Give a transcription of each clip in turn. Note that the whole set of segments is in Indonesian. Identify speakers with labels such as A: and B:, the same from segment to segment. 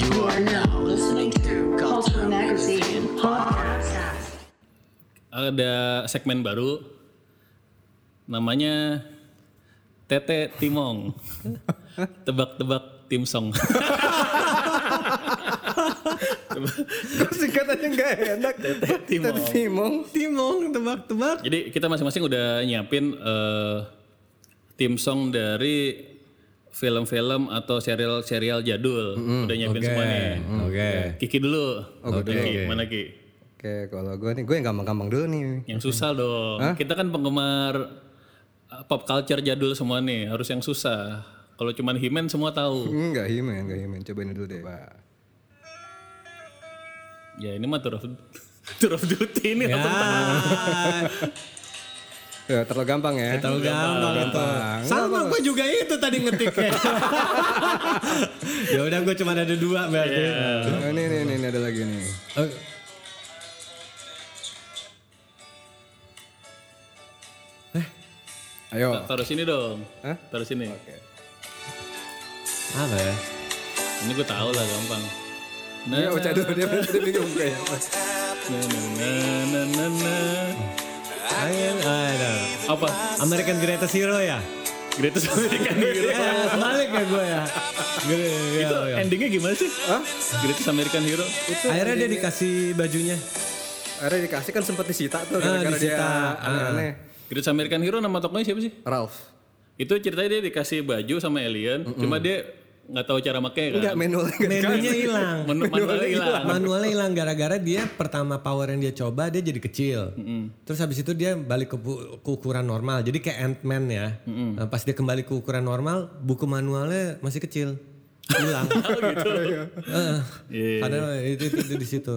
A: You are now listening to Culture Magazine podcast.
B: ada segmen baru namanya Tete Timong. Tebak-tebak tim song.
C: Singkatannya nggak enak.
B: Timong.
C: Tete Timong. Timong tebak-tebak.
B: Jadi kita masing-masing udah nyiapin eh, tim song dari film-film atau serial-serial jadul. udah nyiapin semua nih.
C: Mm-hmm. Oke.
B: Kiki dulu.
C: gua dulu,
B: Kiki,
C: oke.
B: mana Ki?
C: Oke, kalau gue nih, gue yang gampang-gampang dulu nih.
B: Yang susah
C: Mm-hmm.
B: dong. Kita kan penggemar eh, pop culture jadul semua nih, harus yang susah. Kalau cuman Himen semua tahu.
C: Enggak himen, enggak himen. Coba ini dulu deh.
B: Ya ini mah Tour of, Tour of Duty ini apa tentang
C: Ya, terlalu gampang ya.
D: Terlalu gampang itu. Sama gue juga itu tadi ngetiknya. ya udah gue cuma ada dua berarti.
C: Nah, ini, ini, ini, ini ada lagi nih.
D: Oh,
C: Eh, Ayo.
B: Taruh sini dong.
C: Hah?
B: Taruh sini.
D: apa ya?
B: Ini gue tahu lah gampang. Nah,
C: Ya, baca dulu dia, dia bingung kayaknya.
B: nah, nah, nah, nah, nah.
D: Angin, ada.
B: Apa?
D: American Greatest Hero ya?
B: Greatest American Hero.
D: Eh, balik ya gue ya. Gila, gila,
B: Itu
D: gila.
B: endingnya gimana sih?
C: Iya, Hah?
B: Greatest American Hero.
D: Akhirnya dia dikasih bajunya.
C: Akhirnya dikasih kan sempat disita tuh
D: Ah,
C: gara-gara dia
D: disita.
C: aneh-aneh.
B: Greatest American Hero nama tokonya siapa sih?
C: Ralph.
B: Itu ceritanya dia dikasih baju sama alien, cuma dia nggak tahu cara makainya kan.
C: Enggak manual enggak
D: Menunya
C: dikasih.
D: hilang.
B: Menu manual hilang.
D: Manualnya hilang gara-gara dia pertama power yang dia coba dia jadi kecil. Terus habis itu dia balik ke, bu- ke ukuran normal. Jadi kayak Ant-Man ya. Nah, Pas dia kembali ke ukuran normal, buku manualnya masih kecil. Hilang. Heeh.
B: Oh, gitu. Iya. Nah.
D: Karena itu, itu, itu di situ.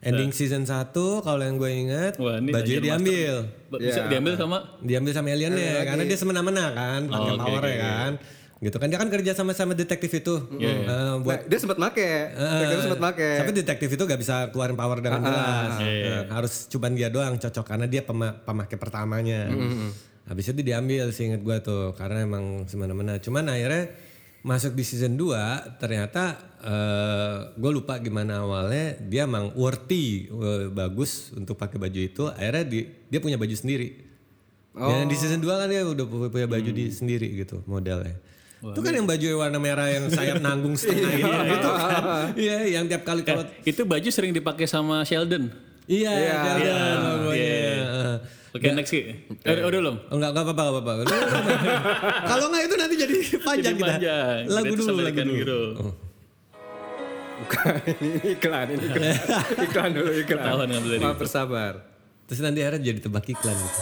D: Ending season 1 kalau yang gue inget
B: Wah, ini
D: bajunya
B: Dungeon
D: diambil.
B: Ba-
C: Iya.
B: Bisa diambil sama
D: Diambil sama aliennya karena dia semena-mena kan pakai
B: Oh, oke, Iya,
D: powernya kan. Gitu kan dia kan kerja sama sama detektif itu. Eh, buat
C: Nah, dia sempat make. eh, Dia sempat make. Ah,
D: tapi detektif itu gak bisa keluarin power dengan jelas. Nah, harus cobaan dia doang cocok karena dia pema- pemakai pertamanya.
C: Mm-hmm.
D: Habis itu diambil seingat gua tuh karena emang semena-mena. Cuman akhirnya masuk di season 2 ternyata gue lupa gimana awalnya dia emang worthy eh, bagus untuk pakai baju itu akhirnya di- dia punya baju sendiri Ya, di season 2 kan dia udah pu- punya baju di sendiri gitu modelnya. itu kan yang baju warna merah yang sayap nanggung setengah gitu, gitu kan. Iya, yang tiap kali kalau
B: itu baju sering dipakai sama Sheldon.
D: Iya, iya, iya, logonya.
B: Oke, next Ki. Eh, udah belum?
D: Oh, Enggak, enggak apa-apa, enggak apa-apa. Lu- Kalau enggak itu nanti jadi panjang
B: Jadi
D: kita.
B: panjang.
D: Lagu
B: Greatest
D: dulu, lagu
B: American
D: dulu. Oh.
B: Hero.
C: Bukan, ini iklan, ini iklan. iklan dulu, iklan.
B: Ketahuan nggak tuh tadi?
C: Maaf, bersabar.
D: Terus nanti akhirnya jadi tebak iklan gitu.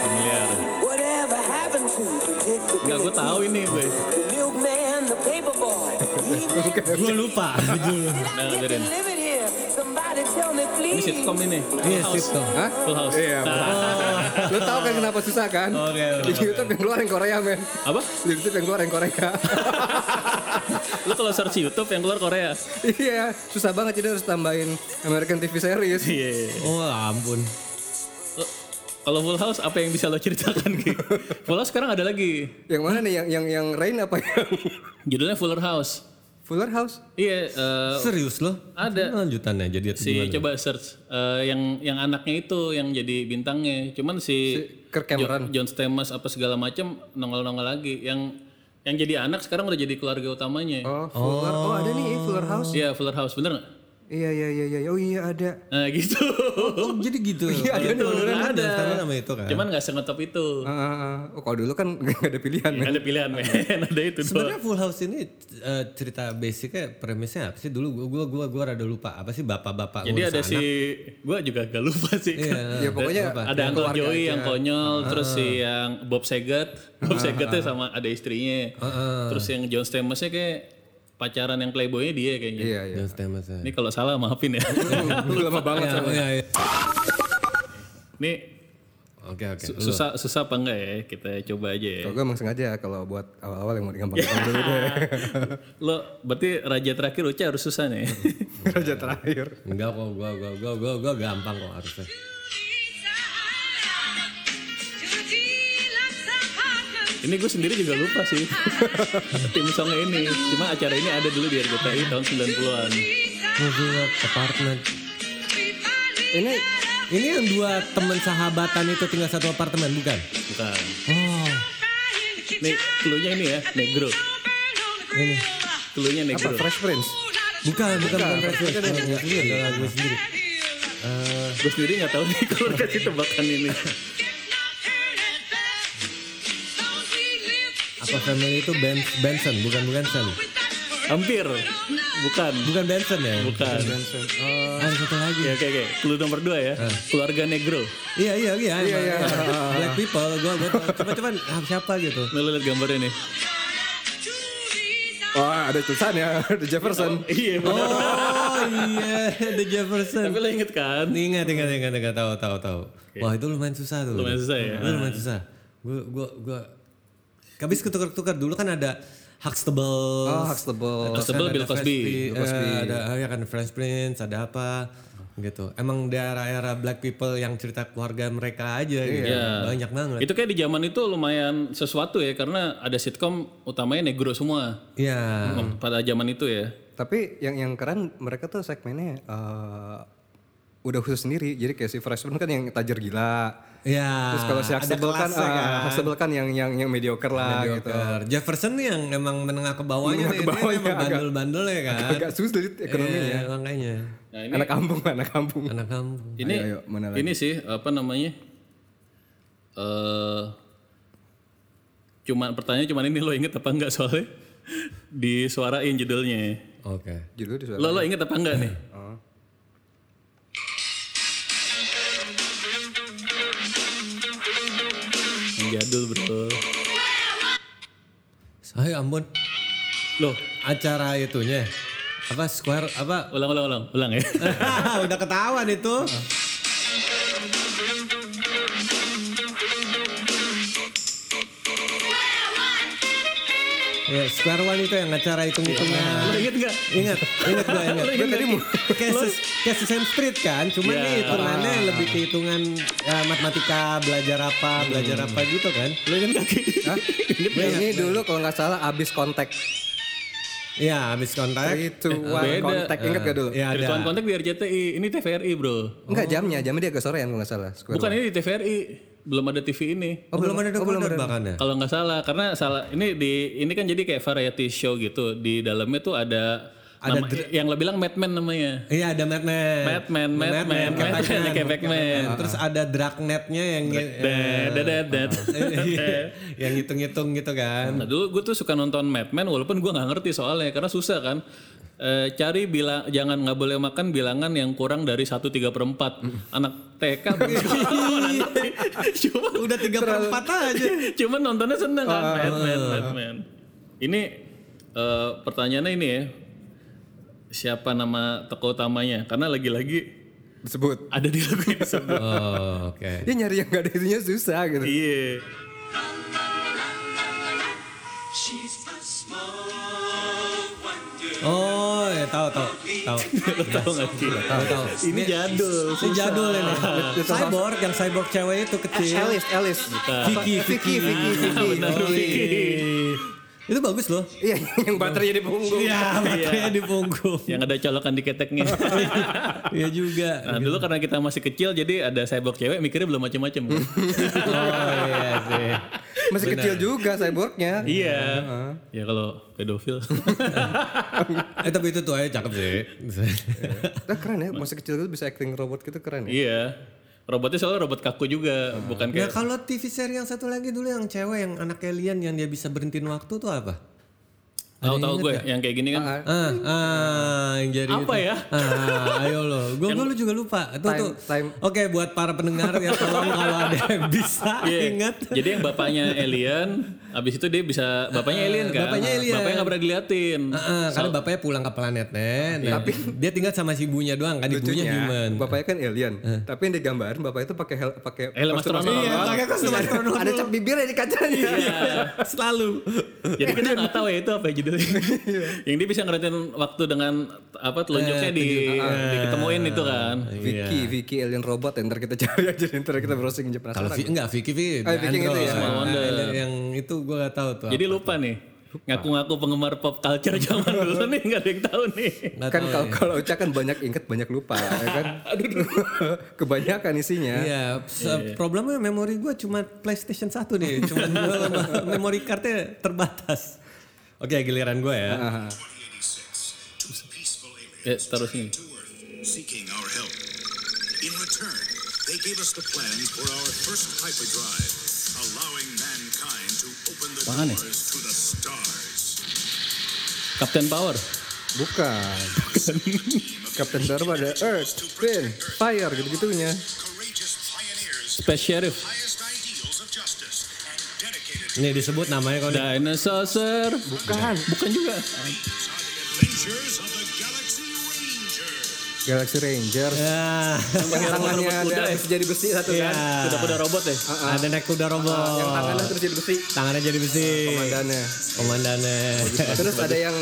B: Familiar.
E: Whatever happened to the ticket,
B: Enggak, gue tahu ini, gue.
E: the milkman, the paper boy? He didn't-
D: Gue lupa. judul.
E: Did I get to
B: Dengerin.
E: live it here? Somebody tell me
B: Ini
E: please.
B: sitcom ini.
D: Iya, sitcom.
C: Hah?
B: Full House. Nah,
C: Iya, Full House. Lu tau kan kenapa susah kan?
D: Oke,
C: Di YouTube yang keluar yang Korea, men.
B: Apa?
C: Di YouTube yang keluar yang Korea.
B: Lu kalau search YouTube yang keluar Korea.
C: iya, susah banget jadi harus tambahin American TV series.
B: Iya.
D: Oh, ampun.
B: Lo- Kalau Full House apa yang bisa lo ceritakan Ki? Full House sekarang ada lagi.
C: Yang mana nih? Yang yang yang Rain apa yang
B: Judulnya Fuller House.
C: Fuller House?
B: Iya, eh,
D: Serius loh?
B: Ada.
D: Lanjutannya jadi
B: si
D: gimana?
B: coba search eh, yang yang anaknya itu yang jadi bintangnya. Cuman si,
C: Kirk Cameron.
B: John, John Stamos apa segala macam nongol-nongol lagi. Yang yang jadi anak sekarang udah jadi keluarga utamanya.
C: Oh, Fuller. Oh, ada nih Fuller House.
B: Iya, Fuller House bener nggak?
C: Iya, iya, iya, iya. Oh iya, ada.
B: Nah gitu.
D: Oh, jadi gitu. Iya,
C: ada nih, beneran
D: ada. sama itu kan.
B: Cuman nggak sengetop itu.
C: Ah, ah, ah. oh, kalau dulu kan nggak ada pilihan. men.
B: Nggak ada pilihan men,
C: Iya.
B: ada itu doang.
D: Sebenarnya Full House ini eh, cerita basicnya premisnya apa sih dulu gua gua gua gua rada lupa apa sih bapak-bapak
B: Jadi
D: ngurus
B: ada
D: anak?
B: si, gue juga agak lupa sih.
C: Ya pokoknya
B: ada Uncle Joey yang konyol, terus si yang Bob Saget, Bob Sagetnya sama ada istrinya, terus yang John Stamosnya kayak pacaran yang playboynya dia kayaknya.
C: Iya, iya.
D: John Stamos ya.
B: Ini kalau salah maafin ya.
C: Lu lama banget
D: Iya,
C: sama.
D: iya, iya.
B: Ini
D: Oke oke.
B: su- susah susah apa enggak ya? Kita coba aja ya.
C: Kalau gue emang sengaja kalau buat awal-awal yang mau digampang-gampang dulu deh.
B: Lo berarti raja terakhir Uca harus susah nih.
C: Raja terakhir.
D: Enggak kok gua gua gua gua gua gampang kok harusnya.
F: Judy,
B: Ini gue sendiri juga lupa sih tim songnya ini. Cuma acara ini ada dulu di RGTI tahun 90-an.
D: Moving apartment.
C: Ini
D: Ini yang dua teman sahabatan itu tinggal satu apartemen bukan?
B: Bukan.
D: Oh,
B: Nih, clue-nya ini ya, negro.
D: ini.
B: Clue-nya
C: apa
B: negro.
C: Fresh Prince?
D: Bukan, bukan, bukan. Bukan, bukan. Bukan, lagu sendiri.
B: Gue sendiri nggak tahu nih kalau kasih tebakan ini.
D: Apa family itu Ben Benson, bukan bukan Benson.
B: Hampir. Bukan.
D: Bukan Benson ya?
B: Bukan.
D: Ada satu lagi.
B: Ya oke oke. Clue nomor dua ya. Keluarga negro.
D: Iya, iya, iya. Iya,
C: iya.
D: Black people, gua gua tahu. Cuma cuman ah, siapa gitu.
B: Nah, Lu lihat gambarnya nih.
C: Oh ada tulisannya, ada Jefferson.
B: Iya benar.
D: Oh iya, The Jefferson.
B: Tapi lo inget kan?
D: Ingat, ingat, ingat, ingat, tahu, tahu, tahu. Wah itu lumayan susah tuh.
B: Lumayan susah ya?
D: Itu lumayan susah. Gue, gue, gue. Habis ketukar-tukar dulu kan ada Huxtable.
C: Oh Huxtable.
B: Huxtable,
D: Ada
B: Bill
D: Fresh
B: Cosby.
D: Prince, eh, ada ya kan French Prince, ada apa gitu. Emang daerah-daerah black people yang cerita keluarga mereka aja gitu.
B: Iya.
D: Banyak banget.
B: Itu kayak di zaman itu lumayan sesuatu ya karena ada sitkom utamanya negro semua
D: Iya.
B: pada zaman itu ya.
C: Tapi yang yang keren mereka tuh segmennya eh, udah khusus sendiri. Jadi kayak si Fresh Prince kan yang tajir gila.
D: Iya.
C: Terus kalau si
D: ada
C: Huxtable kan,
D: kelasnya
B: eh,
C: ah,
D: kan.
C: Huxtable kan yang yang yang mediocre lah gitu.
D: Mediocre. Jefferson nih yang emang menengah ke bawahnya
C: Menengah
D: nih,
C: ke
D: dia
C: bawahnya
D: emang
C: agak-
D: bandel-bandel ya kan.
C: Agak sulit ekonominya.
D: Iya, makanya.
B: Nah, ini
C: Anak kampung, anak kampung.
D: Anak kampung.
B: ini
C: Ayo, ayo, mana lagi?
B: ini sih apa namanya? Eh cuman pertanyaan cuman ini lo inget apa enggak soalnya disuarain judulnya.
D: Oke.
C: Judul di
B: Lo lo inget apa enggak nih?
C: Oh.
B: Yang Jadul bro.
D: Saya ampun.
B: Loh,
D: Acara itunya apa square apa
B: ulang ulang ulang ulang ya.
D: udah ketahuan itu ya square one itu yang acara hitung
C: Iya.
D: hitungan
B: lo inget enggak?
D: Ingat, ingat gue ingat.
B: Lo
D: Gue
B: ingat
D: tadi
B: nggak?
D: mau kayak ses- kayak Sesame Street kan, cuman
C: Iya.
B: Ya.
D: nih hitungannya lebih ke hitungan eh, matematika, belajar apa, belajar
C: Hmm.
D: apa gitu kan.
B: Lo inget kaki?
C: Iya, Ini dulu kalau nggak salah abis kontak.
D: Iya, habis kontak.
C: Itu
B: beda.
C: kontak ingat gak dulu?
D: Iya ada.
B: Virtual kontak di RCTI. Ini TVRI bro.
C: Enggak jamnya, jamnya dia agak sorean kalau nggak salah. Square
B: Bukan
C: One.
B: ini di TVRI. Belum ada TV ini.
D: Oh, belum ada
C: Oh, belum
D: dokumen
C: ada.
D: bahkan ya.
B: Kalau nggak salah, karena salah ini di ini kan jadi kayak variety show gitu. Di dalamnya tuh ada, nama- yang lo bilang Madman namanya.
D: Iya ada Madman.
B: Madman, Madman,
D: kayak
B: Madman,
D: Batman.
B: kayak Batman.
C: Ah,
D: Terus ada Dragnet-nya yang
B: Dad, dad, dad, dad. iya.
D: eh, yang hitung-hitung gitu kan.
B: Nah dulu gue tuh suka nonton Mad Men walaupun gue nggak ngerti soalnya karena susah kan. Eh, cari bilang jangan nggak boleh makan bilangan yang kurang dari satu tiga perempat anak TK belum tahu nanti. cuman
D: Udah 34 aja.
B: cuman nontonnya seneng kan
D: Ah,
B: Mad Men Mad Men ini eh, pertanyaannya ini ya siapa nama tokoh utamanya karena lagi-lagi
C: Disebut.
B: ada di lagu yang sebelum
D: Oh, oke.
C: Dia nyari yang gak ada isinya susah gitu.
B: iya
D: Oh, ya tahu tahu tahu.
B: Lo tau nggak sih
D: Tahu tahu.
B: ini jadul
D: Si jadul
C: Ah,
D: ini. Cyborg yang cyborg cewek itu kecil.
C: Alice, Alice.
D: Vicky,
C: Eh,
D: Nah,
C: Vicky, Vicky, Vicky.
B: benar
C: Oh, iya.
D: Itu bagus loh.
C: Iya, yang baterainya di punggung.
D: Iya, makanya di punggung.
B: yang ada colokan di keteknya
D: Iya juga.
B: Nah dulu karena kita masih kecil jadi ada cyborg cewek mikirnya belum macem-macem.
D: Oh iya sih.
C: Masih kecil juga cyborgnya.
B: iya. Ya kalau pedofil.
D: Eh tapi itu tuh aja cakep sih.
C: Nah, keren ya, masih kecil itu bisa acting robot gitu keren ya.
B: iya. Robotnya soalnya robot kaku juga, bukan kayak
D: Nah kalau TV seri yang satu lagi dulu yang cewek yang anak alien yang dia bisa berhentiin waktu tuh apa?
B: tahu-tahu gue yang kayak gini kan.
D: Ah, ah, yang jadi
B: Apa
D: itu.
B: ya?
D: Ah, ayo lo. Gue lu juga lupa. Itu
C: Time-
D: tuh.
C: time.
D: Oke, buat para pendengar ya tolong kalau ada yang bisa
B: Iya.
D: ingat.
B: Jadi yang bapaknya alien, abis itu dia bisa bapaknya alien kan.
D: Ah, bapaknya alien. Ah,
B: Bapaknya nggak pernah diliatin.
D: Heeh, karena bapaknya pulang ke planet Nah, tapi dia tinggal sama si ibunya doang kan, ibunya human.
C: bapaknya kan alien, tapi yang digambarin bapak itu pakai hel, pakai
B: Helm
C: kostum
B: astronot. Iya,
D: pakai kostum
C: Ada-
D: astronot
C: Ada
D: dulu.
C: cap bibirnya di kacanya.
D: Selalu.
B: Jadi kita Iya. nggak tahu ya itu apa ya judulnya. gitu.
D: Iya.
B: yang dia bisa ngeliatin waktu dengan apa
D: Eh,
B: telunjuknya di,
D: Ah, Iya.
B: diketemuin itu kan.
C: Vicky, Vicky alien robot ya, ntar kita cari aja ntar kita browsing aja
D: Kalau
C: penasaran.
D: Vi, enggak Vicky Vi,
C: Ah, Vicky yang itu
D: Android.
C: ya.
D: Nah, ada yang itu gue gak tahu tuh.
B: Jadi lupa nih. Ngaku-ngaku penggemar pop culture zaman dulu nih nggak ada yang tahu nih.
D: Nggak
C: kan
D: tahu
C: kalau
D: ya.
C: kalau Ocha kan banyak inget banyak lupa ya kan. Kebanyakan isinya.
D: Iya, se- problemnya memori gue cuma PlayStation 1 nih, cuma gua sama- memori cardnya terbatas. Oke, giliran gue ya.
B: Ya, terus nih.
F: to Earth, seeking our help. In return, they gave us the plans for our first hyperdrive, allowing mankind to open the
B: Apaan ya?
F: doors to the stars.
B: Captain Power.
C: Bukan. Captain Darwin ada Earth, Wind, Fire gitu-gitunya.
F: Courageous pioneers,
B: Space Sheriff.
F: highest ideals of justice, and dedicated
D: Nih disebut namanya kalau di-
B: Dinosaur. Sir.
C: Bukan.
B: Bukan juga.
F: thieves are the adventures of the Galaxy Ranger.
C: Galaxy Rangers.
D: Ya,
C: Yang tangannya
B: robot-robot
C: ada
B: kuda ya?
C: terus jadi besi satu
D: Iya.
C: kan.
B: Kuda-kuda robot ya.
D: Ah. ada naik kuda robot.
C: Yang tangannya terus jadi besi.
D: Tangannya jadi besi.
C: Komandannya.
D: Komandannya.
C: Terus ada yang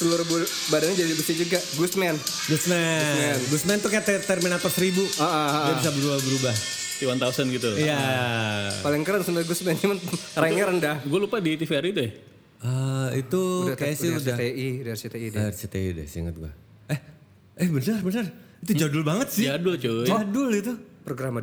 C: seluruh bul- badannya jadi besi juga. Gusman.
D: Gusman. Gusman tuh kayak Ter- Terminator 1000.
C: Ah, ah, ah.
D: Dia bisa berubah-berubah.
B: T1000 gitu.
D: Iya.
C: Paling keren sebenarnya Gusman cuman ranknya rendah.
B: Gue lupa di TVRI deh.
D: Eh, itu kayak sih udah.
C: RCTI, dari RCTI dia.
D: RCTI deh, seingat gua. Eh, eh bener bener. Itu jadul banget sih.
B: Jadul cuy.
D: Jadul itu.
C: Programa 2.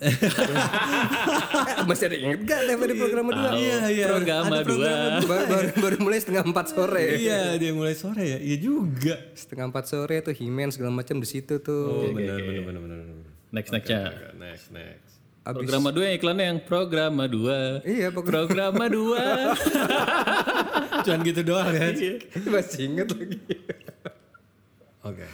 C: Masih ada yang inget gak daripada programa 2?
D: Iya, iya.
B: Programa
D: Ada programa
B: dua.
C: Baru, baru, baru mulai setengah 4 sore.
D: Iya, dia mulai sore ya. Iya juga.
C: Setengah 4 sore tuh Himen segala macam di situ
B: Oh,
C: tuh.
B: iya.
D: Bener, bener, bener, bener.
B: Next next ya.
D: Next, next.
C: Abis-
B: Programa 2 yang iklannya yang Programa 2.
C: Iya, program-
B: Programa 2.
D: Cuman gitu doang ya.
C: Iya. Masih inget lagi.
D: Oke.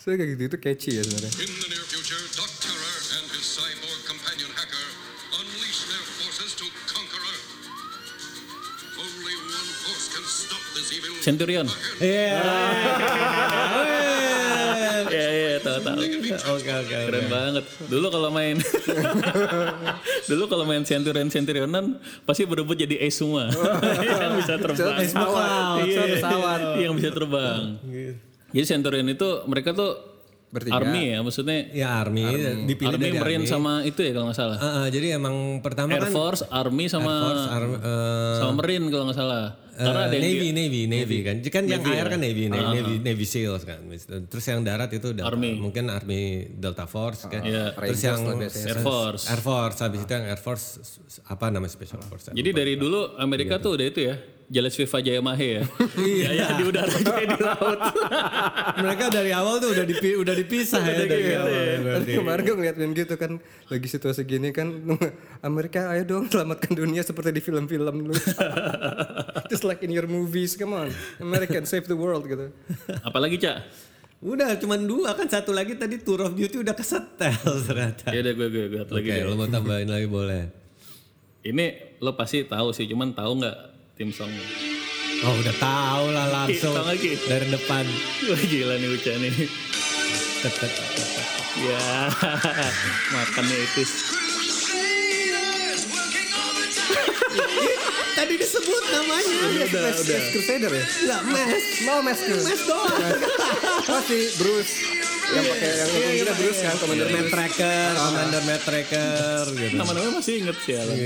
C: Saya kayak gitu itu catchy ya sebenarnya.
G: In the near future, Doc Terror and his cyborg companion hacker unleash their forces to conquer Earth. Only one force can stop this evil.
B: Centurion.
D: Iya.
B: Iya iya tahu tahu.
D: Oke, oke.
B: Keren banget. Dulu kalau main Dulu kalau main Centurion Centurionan pasti berebut jadi ace semua. yang bisa terbang.
C: Ace pesawat,
B: Iya,
C: ace pesawat.
B: Yang bisa terbang. Jadi Centurion itu mereka tuh
C: Bertiga.
B: army ya maksudnya
D: Ya army, dipilih
B: army
D: dari
B: marine
D: army.
B: sama itu ya kalau nggak salah.
D: Ah, ah, jadi emang pertama
B: Air
D: kan
B: Force, Army sama
D: Air Force, Army, eh,
B: sama Marine kalau nggak salah. Karena
D: Eh,
B: ada yang
D: Navy,
B: di-
D: Navy, Navy, kan. Kan yang
B: Navy
D: air
B: ya?
D: kan Navy, Navy, Navy, Navy SEALs kan. Terus yang darat itu Delta-
B: Army.
D: mungkin Army Delta Force kan.
B: Iya.
D: Terus
C: Rangers
D: yang
C: lah biasanya.
B: Air Force.
D: Air Force habis itu yang Air Force s- s- apa namanya Special Force.
B: Jadi dari dulu Amerika tuh udah itu ya. Jelas FIFA Jaya Mahe ya.
D: Iya.
B: Jaya di udara Jaya di laut.
D: mereka dari awal tuh udah dipi- udah dipisah ya dari
B: gitu.
D: awal.
C: Iya.
B: Iya,
C: Tapi kemarin gue ngeliat meme gitu kan lagi situasi gini kan Amerika ayo dong selamatkan dunia seperti di film-film lu. Just like in your movies, come on. American save the world gitu.
B: Apalagi Cak?
D: Udah cuman dua kan satu lagi tadi Tour of Duty udah kesetel ternyata.
B: Ya udah gue gue gue lagi
D: Oke,
B: deh.
D: lo mau tambahin lagi boleh.
B: Ini lo pasti tahu sih, cuman tahu nggak tim song?
D: Oh udah tahu lah langsung
B: Tau Iya, lagi.
D: dari depan.
B: Wah gila nih Uca nih.
D: Tet, tet, tet, tet.
B: ya makannya etis.
D: Tadi disebut namanya.
C: Udah, udah. Crusader ya?
D: Enggak mes.
C: Mau masker.
D: Mes doang.
C: Masih Bruce. Yang
D: Iya,
C: pakai yang kita Bruce
B: Iya,
C: kan Commander
D: Commander
C: Bruce.
D: Tracker, Commander Mad Tracker gitu.
B: Nama-nama masih inget sih
D: Iya,
B: Alan.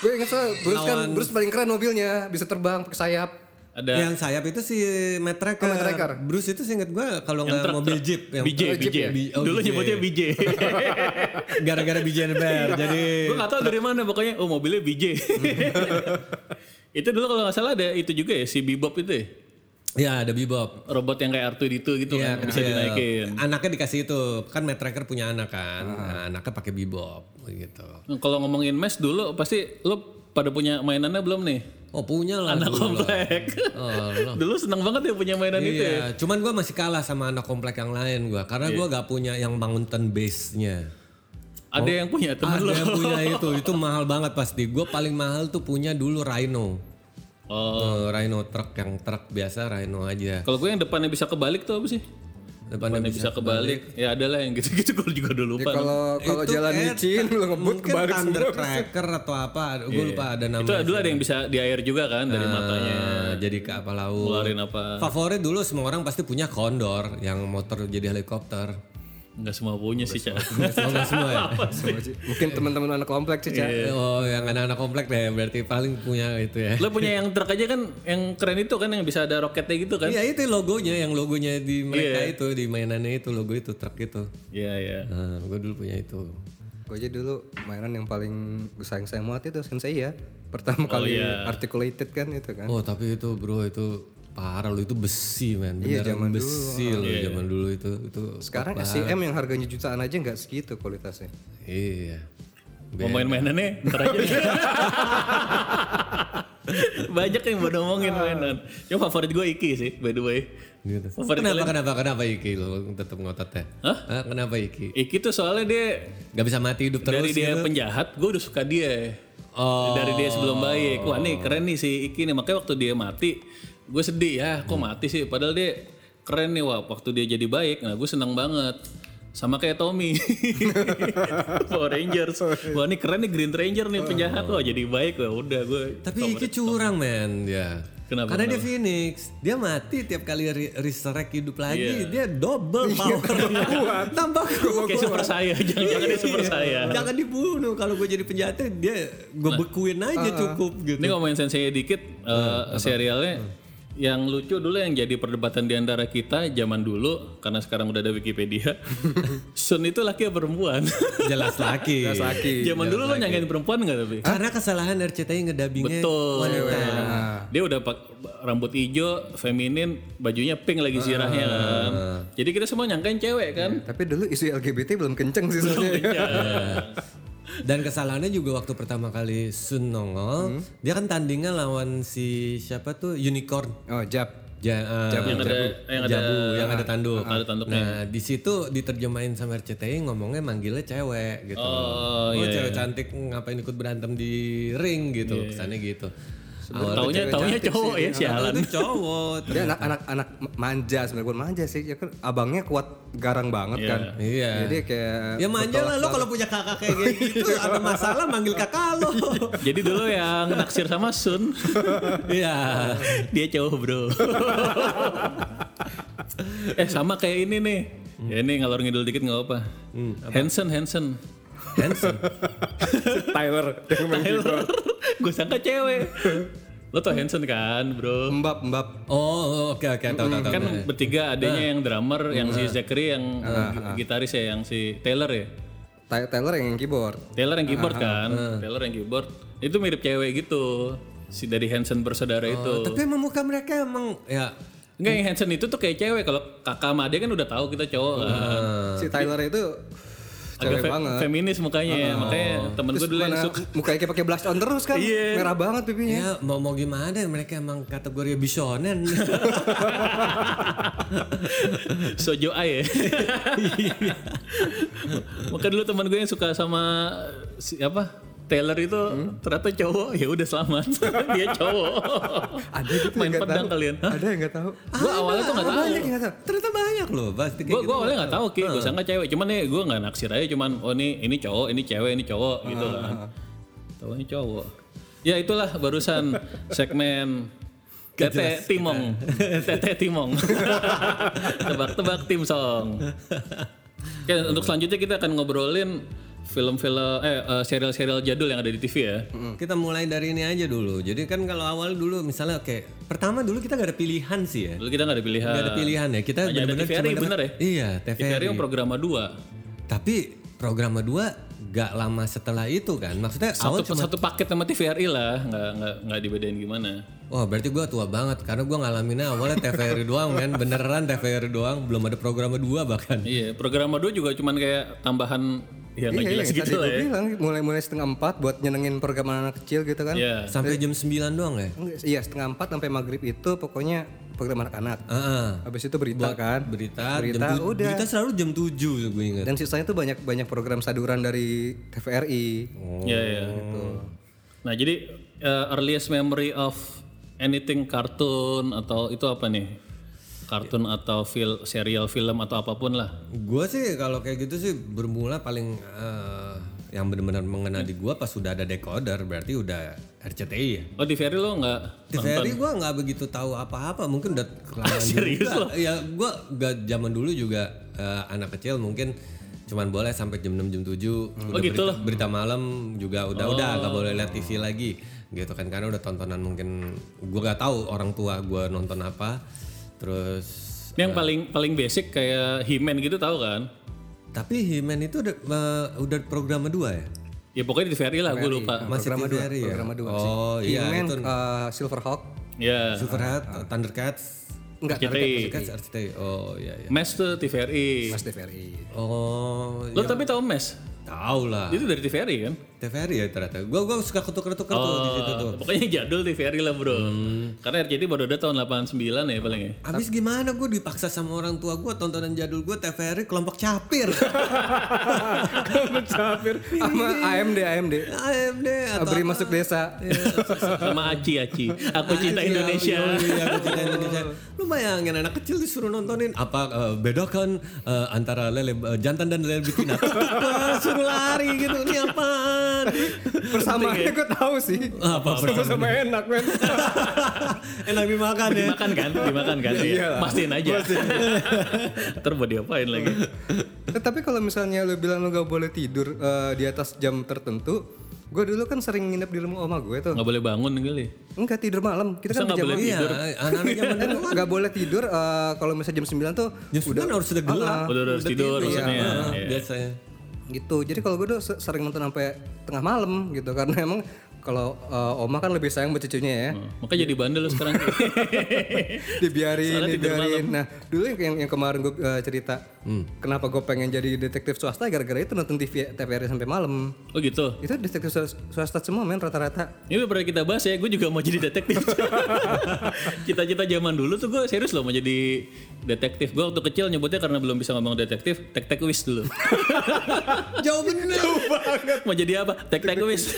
C: Gue inget soal Bruce kan
D: Lawan-
C: Bruce paling keren mobilnya, bisa terbang pakai sayap.
B: Ada
D: Yang sayap itu si Mad Tracker.
C: Oh, Mad Tracker.
D: Bruce itu seinget gua kalau
B: yang
D: nggak
B: truk,
D: mobil
B: truk.
D: Jeep. Yang
B: BJ,
D: Oh,
B: BJ.
D: ya? Bi- oh,
B: Dulu
D: BJ.
B: nyebutnya Iya. BJ.
D: Gara-gara BJ and Bear. Jadi
B: gue gak tau dari mana pokoknya oh mobilnya BJ itu dulu kalau nggak salah ada itu juga ya si Bebop itu ya
D: ya ada Bebop.
B: robot yang kayak R2D2 gitu
D: Iya,
B: kan bisa
D: kecil.
B: dinaikin Ah.
D: Anaknya dikasih itu. Kan Mad Tracker punya anak kan. Nah, anaknya pakai Bebop gitu.
B: Nah, kalau ngomongin mes dulu pasti lo pada punya mainannya belum nih
D: Oh punya lah.
B: anak
D: dulu lah.
B: komplek
D: Oh, lo.
B: dulu seneng banget ya punya mainan itu ya Iya.
D: Iya, cuman gua masih kalah sama anak komplek yang lain gua karena gua gak punya yang mountain base-nya.
B: ada yang punya Ya, temen
D: Ada
B: lo
D: yang punya itu, itu mahal banget pasti. Gue paling mahal tuh punya dulu Rhino.
B: oh
D: Eh, Rhino truk yang truk biasa Rhino aja.
B: kalau gue yang depannya bisa kebalik tuh apa sih
D: Depannya
B: Mana bisa kebalik. Ya adalah yang gitu-gitu gue juga udah lupa.
D: Ya,
C: kalau kalau
D: Itu
C: jalan
D: kayak
C: licin lu ngebut
D: mungkin
C: kebalik semua.
D: Thundercracker atau apa gue lupa ada namanya
B: Iya, Itu dulu ada yang bisa di air juga kan dari matanya.
D: Nah, jadi ke apa laut
B: Ngeluarin apa.
D: favorit dulu semua orang pasti punya kondor yang motor jadi helikopter
B: Enggak semua punya sih, Cak.
D: semua nggak semua ya
C: Mungkin teman-teman anak kompleks sih, Cak.
D: oh yang anak-anak komplek deh berarti paling punya itu ya
B: Lo punya yang truk aja kan yang keren itu kan yang bisa ada roketnya gitu kan?
D: Iya itu logonya yang logonya di mereka
B: Iya.
D: itu di mainannya itu logo itu truk itu.
B: Iya, iya.
D: Nah, gue dulu punya itu.
C: Gue aja dulu mainan yang paling gue sayang sayang banget itu Sensei ya. Pertama kali
B: iya.
C: articulated kan itu kan.
D: Oh tapi itu bro itu parah lu itu besi man.
C: Iya,
D: Beneran
C: zaman dulu.
D: besi lu
B: Iya.
D: zaman dulu itu itu.
C: Sekarang SCM yang harganya jutaan aja nggak segitu kualitasnya.
D: Iya.
B: Mau main-mainannya ntar aja. Banyak yang mau ngomongin mainan. Cuma favorit gue Iki sih, by the way.
D: Gitu.
B: Favorit
D: Kenapa
B: kalian?
D: kenapa kenapa Iki lu tetap ngotot ya?
B: ya? Hah?
D: Hah, Kenapa Iki?
B: Iki tuh soalnya dia
D: Gak bisa mati hidup terus
B: dari dia
D: gitu.
B: penjahat, gue udah suka dia.
D: Oh.
B: Dari dia sebelum baik. Wah nih keren nih si Iki nih. Makanya waktu dia mati, gue sedih ya. Kok
D: Hmm.
B: mati sih? Padahal dia keren nih wah. Waktu dia jadi baik, nah gue seneng banget. Sama kayak Tommy. Power Rangers. Wah nih keren nih Green Ranger nih penjahat. Wah jadi baik. Wah udah gue.
D: Oh. Tapi Iki curang men dia.
B: Kenapa,
D: Karena dia Phoenix, dia mati tiap kali re- resurrect hidup lagi,
B: Iya.
D: dia double power, tambah kuat.
B: Kayak super saya, jangan-jangan dia
D: Iya.
B: super saya.
D: Jangan dibunuh kalau gue jadi penjahatnya dia gue bekuin aja cukup
B: Nah.
D: gitu.
B: Ini ngomongin sensei dikit, eh, serialnya yang lucu dulu yang jadi perdebatan di antara kita zaman dulu karena sekarang udah ada Wikipedia. Sun itu laki atau perempuan?
D: Jelas laki.
C: Jelas laki.
B: zaman dulu lo nyangkain perempuan nggak tapi?
D: Karena kesalahan RCTI ngedabingnya
B: Betul.
D: wanita.
B: Dia udah pak- rambut hijau, feminin, bajunya pink lagi zirahnya kan. Jadi kita semua nyangkain cewek kan.
C: Tapi dulu isu LGBT belum kenceng sih sebenarnya.
D: Dan kesalahannya juga waktu pertama kali Sun
B: Hmm.
D: nongol, dia kan tandingnya lawan si siapa tuh Unicorn.
C: Oh, Jap.
D: Ja, eh,
C: Jabu,
B: Yang ada Oh, yang ada Ah,
D: Jabu, ya. yang ada tanduk.
B: ada tanduknya.
D: Nah, di situ diterjemahin sama RCTI ngomongnya manggilnya cewek gitu.
B: Oh, iya,
D: cewek cantik ngapain ikut berantem di ring gitu. Kesannya gitu.
B: Taunya
D: Awalnya
B: taunya cowok ya sialan.
D: itu cowok.
C: Dia anak anak anak manja sebenarnya bukan manja sih. Ya kan abangnya kuat garang banget kan.
D: Iya.
C: Jadi kayak
D: Ya manja lah lo kalau punya kakak kayak gitu ada masalah manggil kakak lo.
B: Jadi dulu yang naksir sama Sun,
D: Iya.
B: dia cowok bro. eh sama kayak ini nih. Ya ini ngalor ngidul dikit nggak Hmm, apa. Hanson Hanson.
D: Handsome.
C: Tyler yang main keyboard.
B: Gue sangka cewek. Lo tau Hanson kan bro?
C: Embap embap.
D: Oh, oke oke tahu tahu tahu.
B: Kan bertiga adanya yang drummer, yang si Zachary, yang eh, gitaris ya, yang si Taylor ya.
C: Ty- Tyler yang main keyboard.
B: Taylor yang keyboard kan, Taylor yang keyboard. Itu mirip cewek gitu. Si dari Hanson bersaudara itu.
D: Tapi emang muka mereka emang ya
B: Enggak yang Hanson itu tuh kayak cewek. Kalau kakak sama adek kan udah tahu kita cowok kan.
C: Si Tyler itu
B: agak
C: cewek
B: fe-
C: banget.
B: feminis mukanya ya. Makanya temen gue
C: Terus
B: dulu yang
C: mana
B: suka.
C: mukanya kayak pakai blush on terus kan.
B: Iya.
C: Merah banget pipinya.
D: Ya mau mau gimana mereka emang kategori bisonen.
B: Sojo A ya. Maka dulu teman gue yang suka sama si apa? Taylor itu
C: Hmm?
B: ternyata cowok. Ya udah selamat. Dia cowok.
C: Ada gitu
B: Main
C: yang nggak
B: pedang
C: tahu.
B: kalian. Hah?
C: Ada yang nggak tahu.
D: Ah.
B: Gue awalnya tuh nggak tahu.
C: Banyak yang nggak tahu.
D: Iya, Ternyata banyak loh pasti kayak
B: Gue
D: gitu.
B: gue awalnya nggak tahu, Ki. Gue sangka cewek. Cuman nih gue nggak naksir aja. Cuman oh ini ini cowok, ini cewek, ini cowok gitu kan. Taunya cowok. Ya itulah barusan segmen Tete Timong. Tete Timong. Tebak-tebak tim song. Oke, untuk selanjutnya kita akan ngobrolin film-film eh eh, serial-serial jadul yang ada di TV ya.
D: Kita mulai dari ini aja dulu. Jadi kan kalau awal dulu misalnya oke, pertama dulu kita gak ada pilihan sih ya.
B: Dulu kita nggak ada pilihan.
D: Gak ada pilihan ya. Kita
B: Iya. Hanya ada
D: benar-benar
B: TVRI,
D: cuma dapat-
B: bener ya?
D: Iya,
B: TVRI
D: TVRI.
B: yang programa 2.
D: Tapi program kedua gak lama setelah itu kan. Maksudnya awal
B: Satu,
D: cuma
B: satu paket sama TVRI lah, nggak nggak nggak dibedain gimana.
D: Wah berarti gua tua banget karena gua ngalaminnya awalnya TVRI doang men beneran TVRI doang belum ada program kedua bahkan
B: Iya, programa 2 juga cuman kayak tambahan ya nggak
C: Iya,
B: jelas
C: iya,
B: gitu
C: tadi
B: lah
C: gue
B: ya.
C: bilang mulai-mulai setengah empat buat nyenengin program anak kecil gitu kan.
B: Iya.
D: sampai jam 9 doang ya.
C: Enggak, Iya setengah empat sampai maghrib itu pokoknya program anak-anak.
D: Heeh.
C: Habis itu berita kan.
D: Berita,
C: Berita
D: jam tu-
C: udah.
D: berita selalu jam 7 gue ingat.
C: Dan sisanya tuh banyak banyak program saduran dari TVRI.
B: Iya, iya.
C: Oh. Gitu.
B: Nah, jadi eh, uh, earliest memory of anything kartun atau itu apa nih? kartun atau fil serial film atau apapun lah.
D: Gue sih kalau kayak gitu sih bermula paling eh, yang benar-benar mengena di gue pas sudah ada decoder berarti udah RCTI ya.
B: Oh di Ferry lo nggak
D: TVRI gue nggak begitu tahu apa-apa mungkin udah kelamaan
B: Serius
D: juga. Ya gue gak zaman dulu juga eh, anak kecil mungkin cuman boleh sampai jam 6 jam 7 udah
B: gitu Oh.
D: berita,
B: loh.
D: berita malam juga udah udah nggak boleh lihat TV lagi gitu kan karena udah tontonan mungkin gue gak tahu orang tua gue nonton apa terus
B: Ini yang paling paling basic kayak He-Man gitu tahu kan?
D: tapi He-Man itu udah, eh, udah program dua ya
B: Ya pokoknya di Ferry lah gue lupa.
D: Masih
C: Programa dua,
D: TVRI ya?
C: programa dua sih.
D: Oh, iya, Ah,
C: He-Man,
D: itu.
C: uh, Silverhawk.
B: Ya.
D: Superhead, Thundercats,
C: Enggak,
B: RCTI.
D: Thundercats RCTI. Oh iya iya.
B: Mes tuh TVRI.
C: Mas TVRI.
D: Oh,
B: Lo tapi tahu Mes?
D: tahu lah.
B: Itu dari TVRI kan?
D: TVRI ya ternyata. Gua gua suka ketuker-tuker tuh di situ tuh.
B: Oh, pokoknya jadul TVRI lah bro. Karena RCTI baru ada tahun 89 ya paling ya.
D: Abis gimana gue dipaksa sama orang tua gue tontonan jadul gue TVRI kelompok capir
C: Capir sama AMD AMD.
D: AMD atau
C: Abri
D: apa.
C: masuk desa.
B: Iya, Sama Aci Aci. Aku cinta
D: Iya,
B: Indonesia.
D: iya, iya, aku cinta Indonesia. Lu bayangin anak kecil disuruh nontonin apa eh, bedakan eh, antara lele eh, jantan dan lele betina. Wah, suruh lari gitu. Ini apaan? Ah,
C: Persamaannya
B: ya.
C: gue tahu sih.
D: Apa
C: Sama-sama enak men.
D: Enak dimakan ya.
B: Dimakan kan? Dimakan kan? Iya.
C: Iyalah.
B: Pastiin aja. Ntar mau diapain lagi?
C: Eh, Tapi kalau misalnya lu bilang lu gak boleh tidur eh, di atas jam tertentu, gue dulu kan sering nginep di rumah oma gue tuh.
B: Nggak boleh bangun kali.
C: Enggak tidur malam. Kita
B: Masa
C: kan di
B: nggak
C: jam
B: boleh
C: malam.
D: Iya,
B: tidur?
D: anak-anak zaman dulu kan.
C: Gak boleh tidur eh, kalau misalnya jam 9 tuh eh,
D: Jam sembilan kan harus sudah gelap.
B: Udah udah harus tidur
C: tidur,
B: maksudnya.
D: Iya,
B: Iya.
D: Biasanya.
C: gitu. Jadi kalau gue tuh se- sering nonton sampai tengah malam gitu karena emang kalau eh, oma kan lebih sayang sama cucunya ya.
B: Hmm. Makanya jadi bandel lu sekarang.
C: dibiarin
B: Soalnya tidur
C: dibiarin nah dulu yang- yang yang kemarin gue eh, cerita
D: Hmm.
C: kenapa gue pengen jadi detektif swasta gara-gara itu nonton TV TVRI sampai malam
B: oh gitu.
C: itu detektif swas- swasta semua men rata-rata
B: Ini udah pernah kita bahas ya, gue juga mau jadi detektif. Cita-cita zaman dulu tuh gue serius loh mau jadi detektif. Gue waktu kecil nyebutnya karena belum bisa ngomong detektif, tek-tek wis dulu.
D: Jauh bener.
B: mau jadi apa? Tek-tek wis.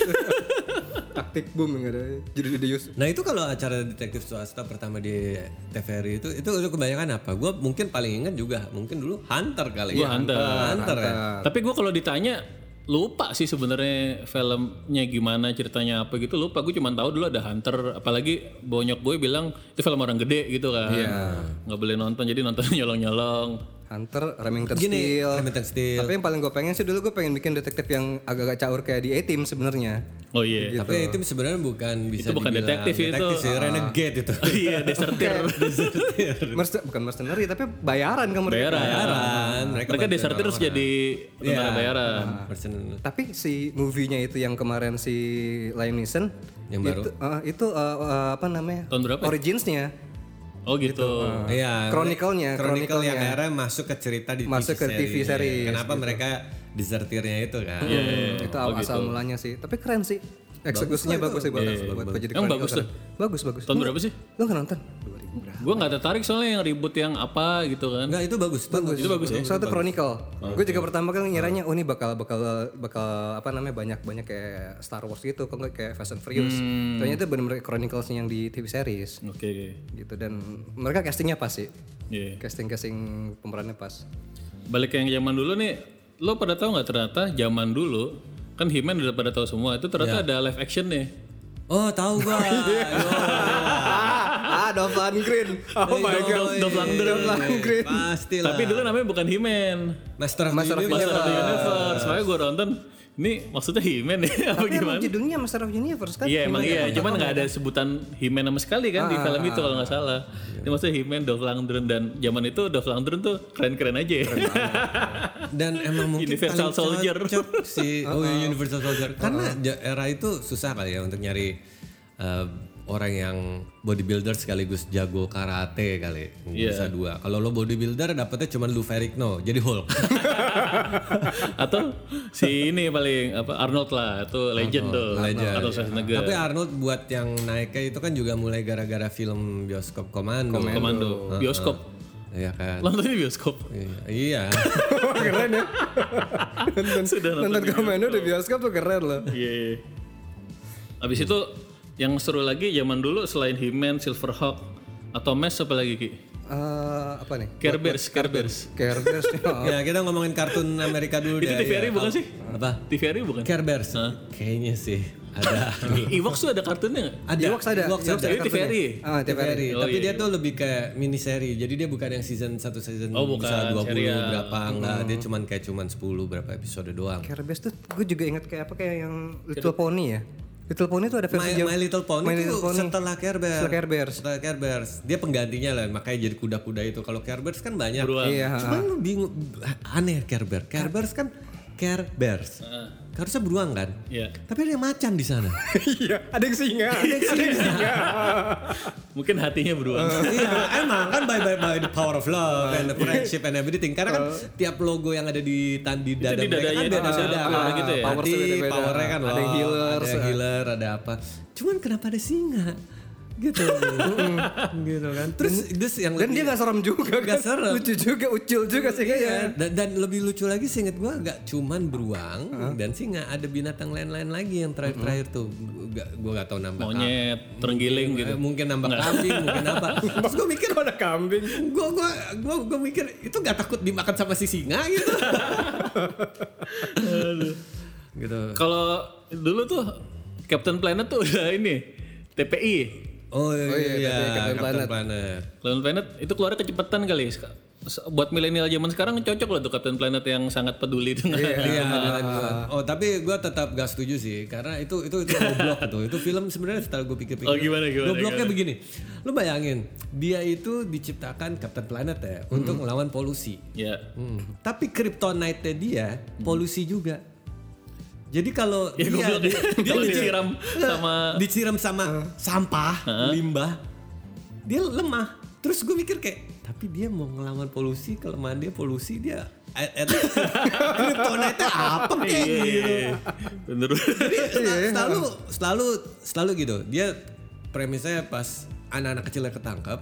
C: taktik boom yang ada jadi jadi Yus
D: Nah itu kalau acara detektif swasta pertama di TVRI itu itu itu kebanyakan apa? Gue mungkin paling ingat juga mungkin dulu Hunter kali
B: Gua
D: ya.
B: Hunter.
D: Hunter, ya.
B: Tapi gue kalau ditanya lupa sih sebenarnya filmnya gimana ceritanya apa gitu lupa gue cuma tahu dulu ada hunter apalagi bonyok gue bilang itu film orang gede gitu kan nggak boleh nonton jadi nonton nyolong nyolong
C: Hunter Remington
D: Gini,
C: Steel
D: Remington Steel.
C: tapi yang paling gue pengen sih dulu gue pengen bikin detektif yang agak-agak caur kayak di A-Team sebenarnya
B: oh
C: Gitu.
B: iya
D: Tapi itu sebenarnya bukan bisa
B: bukan
D: dibilang
B: detektif, itu- Ah.
D: sih, renegade itu.
B: iya desertir
C: Merce- bukan mercenary tapi bayaran kamu
B: bayaran.
D: Bayaran, mereka
B: Mereka, Iya. desertir terus jadi tentara bayaran.
D: Mercenary.
C: tapi si movie-nya itu yang kemarin si Liam Neeson
D: Yang baru.
C: itu, eh, itu eh, eh, apa namanya
B: Tahun berapa ya?
C: originsnya
B: Oh gitu.
C: Ah.
D: Iya.
C: Chronicle-nya,
D: Chronicle yang
C: Chronicle-nya.
D: akhirnya masuk ke cerita di
C: Masuk
D: TV
C: ke TV
D: series. Iya,
C: series, gitu.
D: Kenapa mereka desertirnya itu kan?
B: Iya, Eh,
C: Hmm, itu
B: oh
C: awal asal
B: gitu.
C: mulanya sih tapi keren sih
D: Oh,
C: eksekusinya bagus sih buat, buat jadi
B: Emang
C: chronicle
B: iya, bagus
C: keren.
B: tuh?
C: bagus bagus
B: Tahun berapa ya? sih?
C: lo nggak nonton 2000 berapa
B: Gue nggak tertarik soalnya yang ribut yang apa gitu kan.
D: Enggak, itu bagus. Bagus.
B: Itu bagus ya.
C: Suatu chronicle. Gue juga pertama kan ngiranya oh ini bakal bakal bakal apa namanya banyak banyak kayak Star Wars gitu, kok nggak kayak Fast and Furious.
B: Hmm.
C: Ternyata itu benar-benar chronicles yang di TV series
B: Oke. oke.
C: gitu dan mereka castingnya pas sih.
B: Iya.
C: Casting casting pemerannya pas.
B: Balik ke yang zaman dulu nih, lo pada tahu nggak ternyata zaman dulu kan He-Man udah pada tahu semua itu
D: Ya.
B: ternyata ada live action nih.
D: Oh, tahu gua.
C: ah, Dovan Green. Oh my god.
B: Doppler.
C: Dovan Green.
D: Pasti lah.
B: Tapi dulu namanya bukan He-Man.
D: Master of
C: Master of
D: the
B: Master
D: Universe.
B: of the Universe. Soalnya gue nonton, ini maksudnya He-Man ya apa
C: Tapi emang
B: gimana?
C: judulnya Master of Universe kan?
B: Iya emang iya, cuman nggak ada sebutan He-Man sama sekali kan
D: Ah,
B: di film itu kalau nggak salah. Ini maksudnya He-Man, Dolph Lundgren dan zaman itu Dolph Lundgren tuh keren-keren aja ya.
D: dan emang mungkin
B: Universal
D: paling
B: Soldier.
D: cocok si oh iya, Universal Soldier karena ja- era itu susah kali ya untuk nyari eh, orang yang bodybuilder sekaligus jago karate kali
B: Iya.
D: bisa dua kalau lo bodybuilder dapetnya cuma Lou Ferrigno jadi Hulk
B: Atau si ini paling apa Arnold lah, itu legend tuh.
D: Legend.
B: Arnold Schwarzenegger.
D: tapi Arnold buat yang naiknya itu kan juga mulai gara-gara film bioskop Komando Uh-uh.
B: Komando, bioskop.
D: Iya kan
B: Nonton di bioskop.
D: iya
C: keren ya. nonton,
B: Sudah nonton
C: nonton
B: di
C: komando di bioskop tuh keren loh.
B: Iya. iya. Abis itu yang seru lagi zaman dulu selain He-Man, Silverhawk, atau Mes apa lagi Ki?
C: eh, apa nih?
B: Care Bears, Care Bears.
C: Care Bears. Oh,
D: Ya kita ngomongin kartun Amerika dulu
B: Itu
D: deh.
B: TVRI
D: ya.
B: bukan sih?
D: Apa?
B: TVRI bukan?
D: Care Bears.
B: Hah?
D: Kayaknya sih ada.
B: Ewoks tuh ada kartunnya nggak?
D: ada.
C: Ewoks ada.
D: Ewoks
C: Ewoks
D: ada.
B: Jadi TVRI.
C: Ah, TVRI.
D: TVRI.
B: Oh,
D: Tapi
B: iya,
D: dia tuh lebih kayak mini seri. Jadi dia bukan yang season satu season
B: Oh, bukan,
D: bisa 20
B: serial. Oh.
D: berapa enggak. Dia cuman kayak cuman 10 berapa episode doang.
C: Care Bears tuh gue juga ingat kayak apa kayak yang Little Pony ya. Little Pony tuh ada
D: My,
C: versi Jawa-
D: My Little Pony
C: My
D: itu
C: Little Pony.
D: setelah Care Bears.
C: Setelah Care Bears.
D: Setelah Care Bears. Dia penggantinya lah makanya jadi kuda-kuda itu. Kalau Care Bears kan banyak.
B: Beruang.
C: Iya.
D: Cuman lu bingung aneh Care Bears.
C: Ah.
D: Care Bears kan Care Bears. Harusnya beruang kan?
B: Ah. Iya.
D: Tapi ada yang macan di sana.
C: Iya, ada yang singa. Ada yang singa.
B: Mungkin hatinya beruang.
D: iya, emang kan by, by, by the power of love and
C: Iya.
D: the friendship and everything. Karena kan tiap logo yang ada di tan di dada
B: di
D: mereka kan
B: dadanya
D: beda
B: itu
D: beda.
B: sama gitu ya?
D: Power
C: Powersnya beda-beda.
D: powernya kan
C: Ada yang
D: loh,
C: healers, eh.
D: ada yang healer, ada apa. Cuman kenapa ada singa? Gitu. gitu kan. Terus terus yang
C: Dan dia gak
D: lebih-
C: serem juga
D: Nggak
C: kan.
D: serem.
C: Lucu juga, ucil juga
D: Iya,
C: singanya.
D: dan, dan lebih lucu lagi sih inget gue gak cuman beruang dan singa ada binatang lain-lain lagi yang terakhir-terakhir tuh gue gak tau nambah
B: Monyet, terenggiling
D: kambing,
B: gitu.
D: eh, mungkin nambah kambing mungkin apa terus gue mikir
C: Kok ada kambing?
D: gue gua gua gua mikir itu gak takut dimakan sama si singa gitu gitu
B: iya. Kalau dulu tuh Captain Planet tuh udah ini TPI.
D: oh
C: iya,
D: iya, iya,
C: tapi Captain
D: Captain
C: Planet.
D: Planet.
B: Captain Planet itu keluarnya kecepatan kali. Sek- se- Buat milenial zaman sekarang cocok loh tuh Captain Planet yang sangat peduli dengan
D: Iya. Oh tapi gue tetap gak setuju sih karena itu itu itu goblok itu itu film sebenarnya setelah gue pikir-pikir.
B: Oh, gimana, gimana,
D: Gobloknya
B: gimana?
D: begini, lu bayangin dia itu diciptakan Captain Planet ya untuk melawan polusi.
B: Ya.
D: Hmm. Tapi kryptonite dia polusi juga. Jadi kalau
B: Mm. Ya, goblok ya. Kalau disiram sama-
D: disiram sama sampah, limbah, dia lemah. Terus gue mikir kayak, tapi dia mau ngelawan polusi, kelemahan dia polusi dia. at- at- Kryptonite apa kayak gitu.
B: iya. Bener.
D: Jadi sel- selalu selalu selalu gitu. Dia premisnya pas anak-anak kecilnya ketangkep,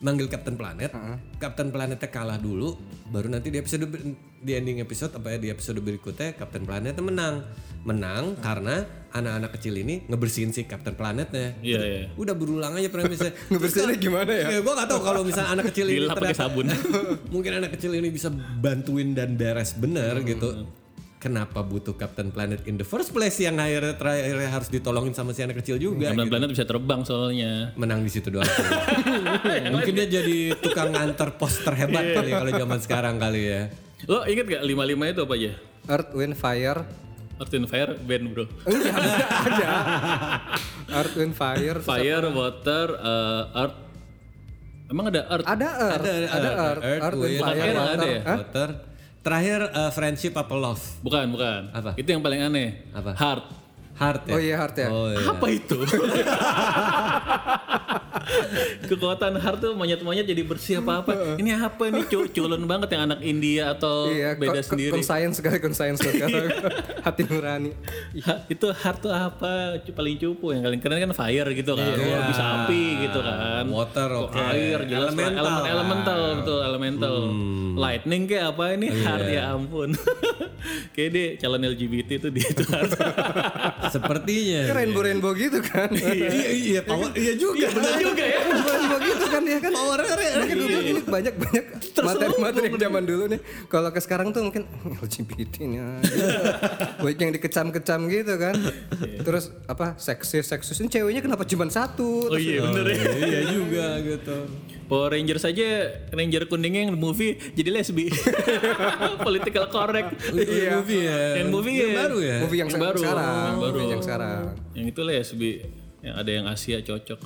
D: manggil Captain Planet, Captain Planetnya kalah dulu, baru nanti di episode ber- di ending episode apa ya di episode berikutnya Captain Planetnya menang, menang karena anak-anak kecil ini ngebersihin si Captain Planetnya.
B: Iya, iya.
D: Udah berulang aja premisnya.
C: Ngebersihinnya
D: Terus-
C: gimana ya?
D: gue gak tahu kalau misalnya anak kecil ini
B: Dilap pakai
D: ternyata-
B: sabun.
D: mungkin anak kecil ini bisa bantuin dan beres bener
B: Hmm.
D: gitu kenapa butuh Captain Planet in the first place yang akhirnya terakhir harus ditolongin sama si anak kecil juga
B: Captain
D: gitu.
B: Planet bisa terbang soalnya.
D: menang di situ doang mungkin dia jadi tukang antar poster hebat
B: Iya.
D: kali ya kalau zaman sekarang kali ya
B: Lo inget gak lima lima itu apa aja?
C: Earth, Wind, Fire.
B: Earth and Fire band bro.
C: Enggak ada. ada. Earth, Wind, Fire.
B: Fire, water, eh, earth. Emang ada earth?
C: Ada Earth. Ada, Earth. Earth, Wind, Fire.
B: Fire,
C: Water.
B: ada ya?
C: Hah?
D: Water. terakhir eh, friendship apa love
B: Bukan, bukan.
D: Apa?
B: Itu yang paling aneh.
D: Apa?
B: Heart.
D: heart ya
C: Oh iya, Heart ya.
D: Oh, iya.
B: Apa itu? Kekuatan heart tuh monyet-monyet jadi bersih apa-apa. Ini apa ini cu culun banget yang anak India atau
C: Iya,
B: beda
C: ko- ko-
B: sendiri. Iya.
C: conscience sekali conscience sekali. Hati nurani.
D: Iya.
B: Ha- itu heart tuh apa? Cu- Paling cupu yang paling keren kan fire gitu kan. Oh, bisa api gitu kan.
D: Iya. Water,
B: Kok
D: oke.
B: Air jelas elemental,
D: Elemental Hmm.
B: elemen,
D: lah.
B: elemental betul elemental. Lightning kayak apa ini
D: Iya.
B: heart ya ampun. kayak dia calon LGBT tuh dia itu heart.
D: sepertinya
B: Iya.
C: Kayak rainbow-rainbow gitu kan.
D: iya iya power- iya juga
B: Bener juga ya.
C: Rainbow gitu kan ya kan.
D: Powernya
C: Mungkin dulu ini banyak-banyak materi-materi yang zaman dulu nih. Kalau ke sekarang tuh mungkin LGBT nih. ah, gitu. Banyak yang dikecam-kecam gitu kan.
B: Iya.
C: Terus apa seksis seksis ini ceweknya kenapa cuma satu?
B: Oh iya bener ya.
D: iya juga gitu
B: Power Ranger saja Ranger kuningnya yang di movie jadi lesbi. Political correct.
D: Iya. Movie ya.
B: Yang movie ya.
D: Yang baru ya.
C: Movie yang,
B: Yang
C: se-
B: baru.
C: sekarang,
B: Yang
C: movie
B: baru.
C: yang sekarang.
B: Yang itu lesbi. Yang ada yang Asia cocok.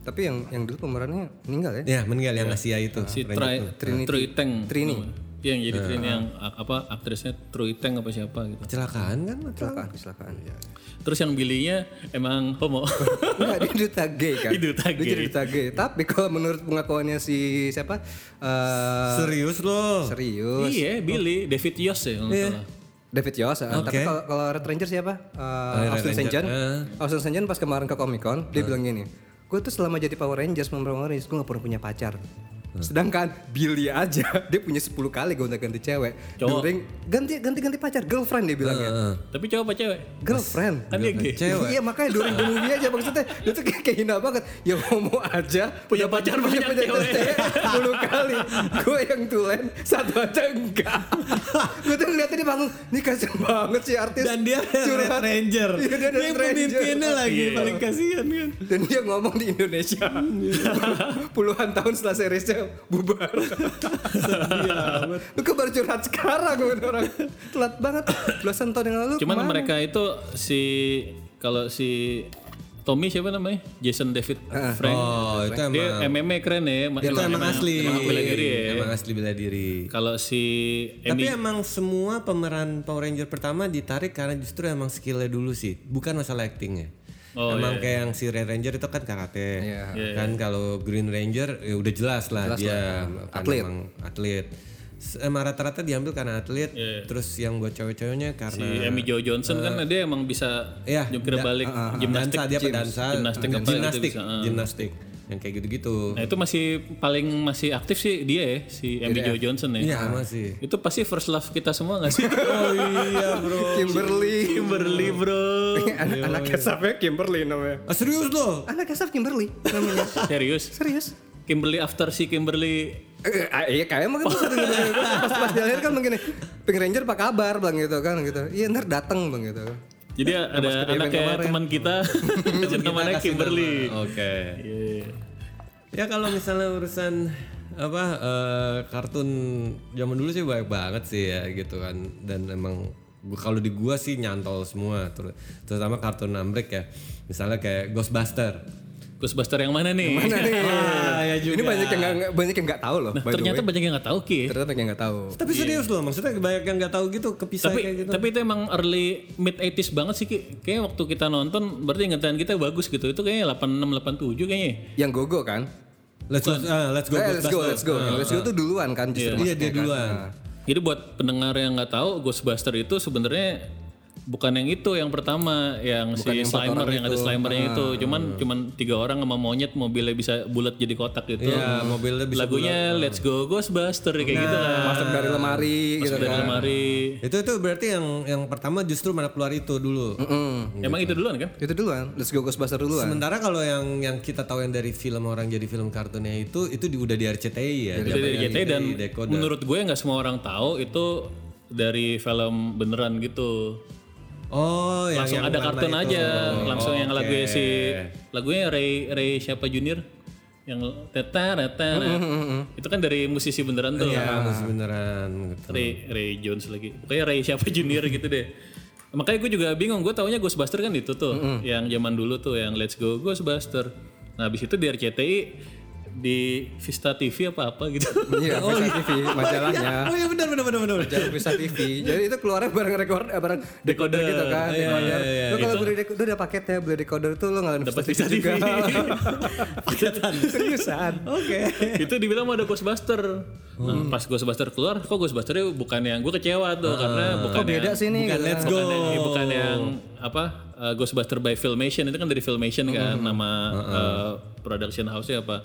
C: Tapi yang yang dulu pemerannya meninggal ya.
D: Ya meninggal yang Asia itu. gitu.
B: Si Tri
C: Trinity.
B: Troy Tang.
C: Trini.
B: Iya, yang jadi Trini yang a- apa aktrisnya Troy Tang apa siapa gitu.
D: Kecelakaan kan?
C: Kecelakaan, kecelakaan.
B: Terus yang bilinya emang homo.
C: Enggak, dia duta gay kan.
B: Dia duta
C: Dia jadi
B: gay.
C: duta gay. Tapi kalau menurut pengakuannya si siapa? Eh,
D: Serius loh.
C: serius.
B: iya, Billy David
C: Oh.
B: Yos ya kalau nggak
C: Iya.
B: salah.
C: David Yos, ah. tapi
D: Oke.
C: kalau kalau Red Ranger siapa? Eh,
D: Red
C: Austin St.
D: Ranger,
C: John.
D: eh.
C: Austin St. John pas kemarin ke Comic Con, dia bilang gini, gue tuh selama jadi Power Rangers, member Power Rangers, gue gak pernah punya pacar.
D: Eh.
C: Sedangkan Billy aja dia punya 10 kali gonta-ganti cewek.
B: Cowok.
C: During ganti ganti ganti pacar, girlfriend dia bilangnya.
D: Eh.
B: Tapi cowok apa cewek?
C: Girlfriend.
B: Kan dia gay.
D: Cewek.
C: Iya makanya during the movie aja maksudnya itu kayak, kayak hina banget. Ya homo aja
B: Punya pacar banyak cewek.
C: Puluh kali. Gue yang tulen satu aja enggak. Gue tuh ngeliatnya dia bangun. Nih kasian banget sih artis.
H: Dan dia Red Ranger.
C: Iya, dia Red Ranger.
H: pemimpinnya lagi
B: Iya.
H: paling kasihan kan.
C: Dan dia ngomong di Indonesia. Puluhan tahun setelah seriesnya bubar. Lu kebar curhat sekarang men, orang. Telat banget. Belasan tahun yang lalu.
B: Cuman
C: kemana?
B: mereka itu si kalau si Tommy siapa namanya? Jason David
C: Ah.
B: Frank.
D: Oh, itu
B: dia
D: emang
B: MMA keren ya. ma-
D: itu emang asli. Iya,
B: Emang bela diri ya.
D: Emang asli bela diri.
B: Kalau si
D: Tapi
B: Andy
D: emang semua pemeran Power Ranger pertama ditarik karena justru emang skillnya dulu sih, bukan masalah actingnya.
B: Oh,
D: emang
B: iya.
D: kayak yang si Red Ranger itu kan karate,
C: Iya.
D: kan kalau Green Ranger ya udah jelas
C: Jelas
D: lah dia
C: lah.
D: kan
C: Atlet.
D: emang atlet. Se- Emang rata-rata diambil karena atlet,
B: Iya.
D: terus yang buat
B: si
D: cewek-ceweknya karena
B: Amy Jo Johnson kan dia emang bisa
D: Nah. Iya,
B: jungkir
D: da-
C: ah,
B: balik
D: uh, uh,
B: gimnastik.
D: dansa, dia pedansa,
B: Gimnastik apa gitu
D: gimnastik,
B: bisa, uh.
D: gimnastik, yang kayak gitu-gitu.
B: Nah itu masih paling masih aktif sih dia ya si Amy Jo Johnson ya.
D: Iya masih.
B: Itu pasti first love kita semua gak sih?
C: Kimberly. Iya,
B: Kimberly bro.
C: Anak, anak Esafnya Kimberly namanya.
D: Ah, serius loh?
C: Anak Esaf Kimberly namanya.
B: Serius?
C: Serius?
B: Kimberly after si Kimberly
C: Eh, ah, iya kayaknya mungkin pas, pas, pas di akhir kan begini. Pink Ranger apa kabar bang gitu kan gitu. Iya ntar dateng bang gitu.
B: Jadi ada
C: ke event
B: anaknya
C: kemarin.
B: teman kita, namanya
D: kasih
B: Kimberly.
D: nama. Oke. Ya kalau misalnya urusan apa eh, kartun zaman dulu sih banyak banget sih ya gitu kan dan emang gua- kalau di gua sih nyantol semua ter- terutama kartun Amrik ya misalnya kayak Ghostbuster
B: Ghostbuster yang mana nih?
C: Mana nih? Ini banyak yang nggak banyak yang nggak tahu loh. by the
B: Nah, Ternyata
C: way.
B: banyak yang nggak tahu Ki.
C: ternyata banyak yang nggak tahu.
D: tapi serius loh maksudnya banyak yang nggak tahu gitu kepisah
B: Tapi
D: kayak gitu
B: tapi itu emang early mid 80s banget sih Ki. Kayaknya waktu kita nonton berarti ingatan kita bagus gitu. Itu kayaknya 86 87 kayaknya.
C: Yang gogo kan?
D: let's go ah, let's go
C: Eh, let's go, let's go. Yang let's go tuh duluan kan justru.
D: Iya,
C: maksudnya
D: dia
C: kan.
D: duluan.
C: Nah,
B: Jadi buat pendengar yang nggak tahu Ghostbuster itu sebenarnya bukan yang itu yang pertama yang si
C: yang empat
B: Slimer
C: orang
B: yang ada
C: itu. Ah.
B: Slimernya itu cuman cuman tiga orang sama monyet mobilnya bisa bulat jadi kotak gitu.
D: Iya, mobilnya bisa
B: Lagunya
C: Ah.
B: Let's Go Ghostbuster kayak gitu kan.
C: Masuk Ah, dari lemari gitu
B: dari
C: kan.
B: lemari.
D: itu itu berarti yang yang pertama justru mana keluar itu dulu
C: Gitu.
B: Emang itu duluan kan?
C: Itu duluan. Let's go Ghostbuster duluan.
D: Sementara kalau yang yang kita tahu yang dari film orang jadi film kartunnya itu itu di, udah di RCTI ya.
B: Itu dari
D: zamannya
B: JTI dan
D: Dekoda.
B: menurut gue nggak semua orang tahu itu dari film beneran gitu.
D: oh yang,
B: Langsung
D: yang
B: ada
D: lama
B: kartun
D: itu.
B: aja, langsung yang
D: oke.
B: lagunya si lagunya Ray Ray siapa Junior yang teta teta
D: Hmm,
B: itu kan dari musisi beneran tuh.
D: Iya, masih beneran gitu.
B: Ray Ray Jones lagi. Pokoknya Ray siapa Junior gitu deh. Makanya gue juga bingung, gue taunya Ghostbuster kan itu tuh,
D: Hmm,
B: yang zaman dulu tuh yang Let's Go Ghostbuster. Nah, habis itu di RCTI di Vista TV apa apa gitu.
C: Iya, Visa TV majalahnya.
D: Oh iya benar benar benar benar.
C: Majalah Visa TV. Jadi itu keluarnya bareng record eh, bareng decoder
B: Decoder.
C: gitu kan.
D: Iya,
C: decoder.
D: iya, iya,
C: Lu kalau beli decoder udah paketnya, beli decoder tuh lu ngalamin
B: Dapat Vista TV.
D: Paketan.
C: Seriusan.
D: Oke.
B: itu dibilang ada Ghostbuster. Nah,
D: Hmm.
B: pas Ghostbuster keluar, kok Ghostbusternya bukan yang gue kecewa
D: Ah.
B: tuh karena bukan yang,
C: Beda sih nih.
D: Bukan
C: gitu
D: let's
C: kan.
D: go.
B: bukan yang, bukan yang apa uh, Ghostbuster by Filmation itu kan dari Filmation kan
D: Hmm.
B: nama uh, production house-nya apa.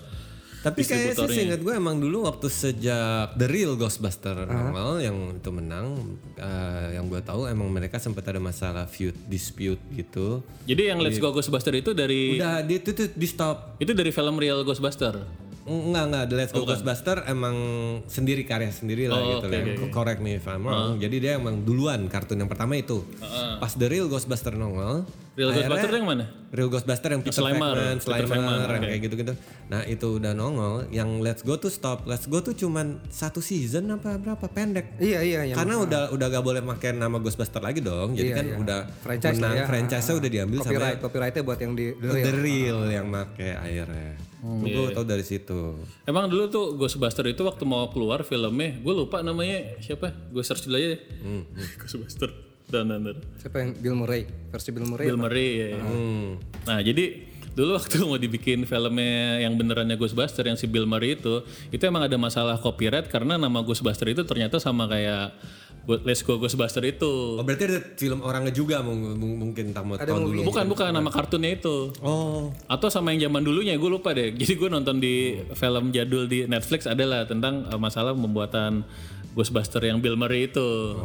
D: Tapi kayaknya sih
B: Distributornya.
D: seingat gue emang dulu waktu sejak The Real Ghostbuster normal yang itu menang eh, yang gue tahu emang mereka sempat ada masalah feud dispute gitu.
B: Jadi yang Let's Go Ghostbuster itu dari
D: Udah di itu tuh di stop
B: itu dari film real Ghostbuster.
D: Enggak, enggak. The Last Ghostbuster emang sendiri karya sendiri lah gitu.
B: Oh, oke, Uh-huh.
D: ya. Correct me if I'm wrong. Jadi dia emang duluan kartun yang pertama itu. Pas The Real Ghostbuster nongol.
B: Real
D: akhirnya-
B: Ghostbuster yang mana?
D: Real Ghostbuster yang Peter
B: Slimer,
D: Venkman,
B: Peter
D: Slimer,
B: Venkman,
D: yang
B: oke.
D: kayak gitu-gitu. Nah itu udah nongol. Yang Let's Go tuh stop. Let's Go tuh cuman satu season apa berapa pendek.
C: Iya, iya, iya.
D: Karena udah udah gak boleh pakai nama Ghostbuster lagi dong. Jadi
C: Iya,
D: kan
C: iya.
D: udah
C: franchise
D: menang,
C: lah ya.
D: franchise-nya udah diambil sama ya?
C: copyright, copyrightnya buat yang di the
D: The
C: real. Hmm.
D: Real yang make akhirnya. Gue
B: Iya,
D: tau dari situ.
B: Emang dulu tuh Ghostbuster itu waktu mau keluar filmnya, gue lupa namanya siapa? Gue search dulu aja. deh.
D: Hmm.
B: Ghostbuster. Dan dan dan.
C: Siapa yang Bill Murray? Versi Bill Murray.
B: Bill Murray. ya, ya. Nah jadi dulu waktu mau dibikin filmnya yang benerannya Ghostbuster yang si Bill Murray itu, itu emang ada masalah copyright karena nama Ghostbuster itu ternyata sama kayak Buat Let's Go Ghostbuster itu.
D: Oh berarti ada film orangnya juga mung- mung- mungkin tentang mau
C: Ada
D: tahun
C: movie.
D: dulu.
B: Bukan bukan nama kartunnya itu.
D: Oh.
B: Atau sama yang zaman dulunya gue lupa deh. Jadi gue nonton di film jadul di Netflix adalah tentang eh, masalah pembuatan Ghostbuster yang Bill Murray itu.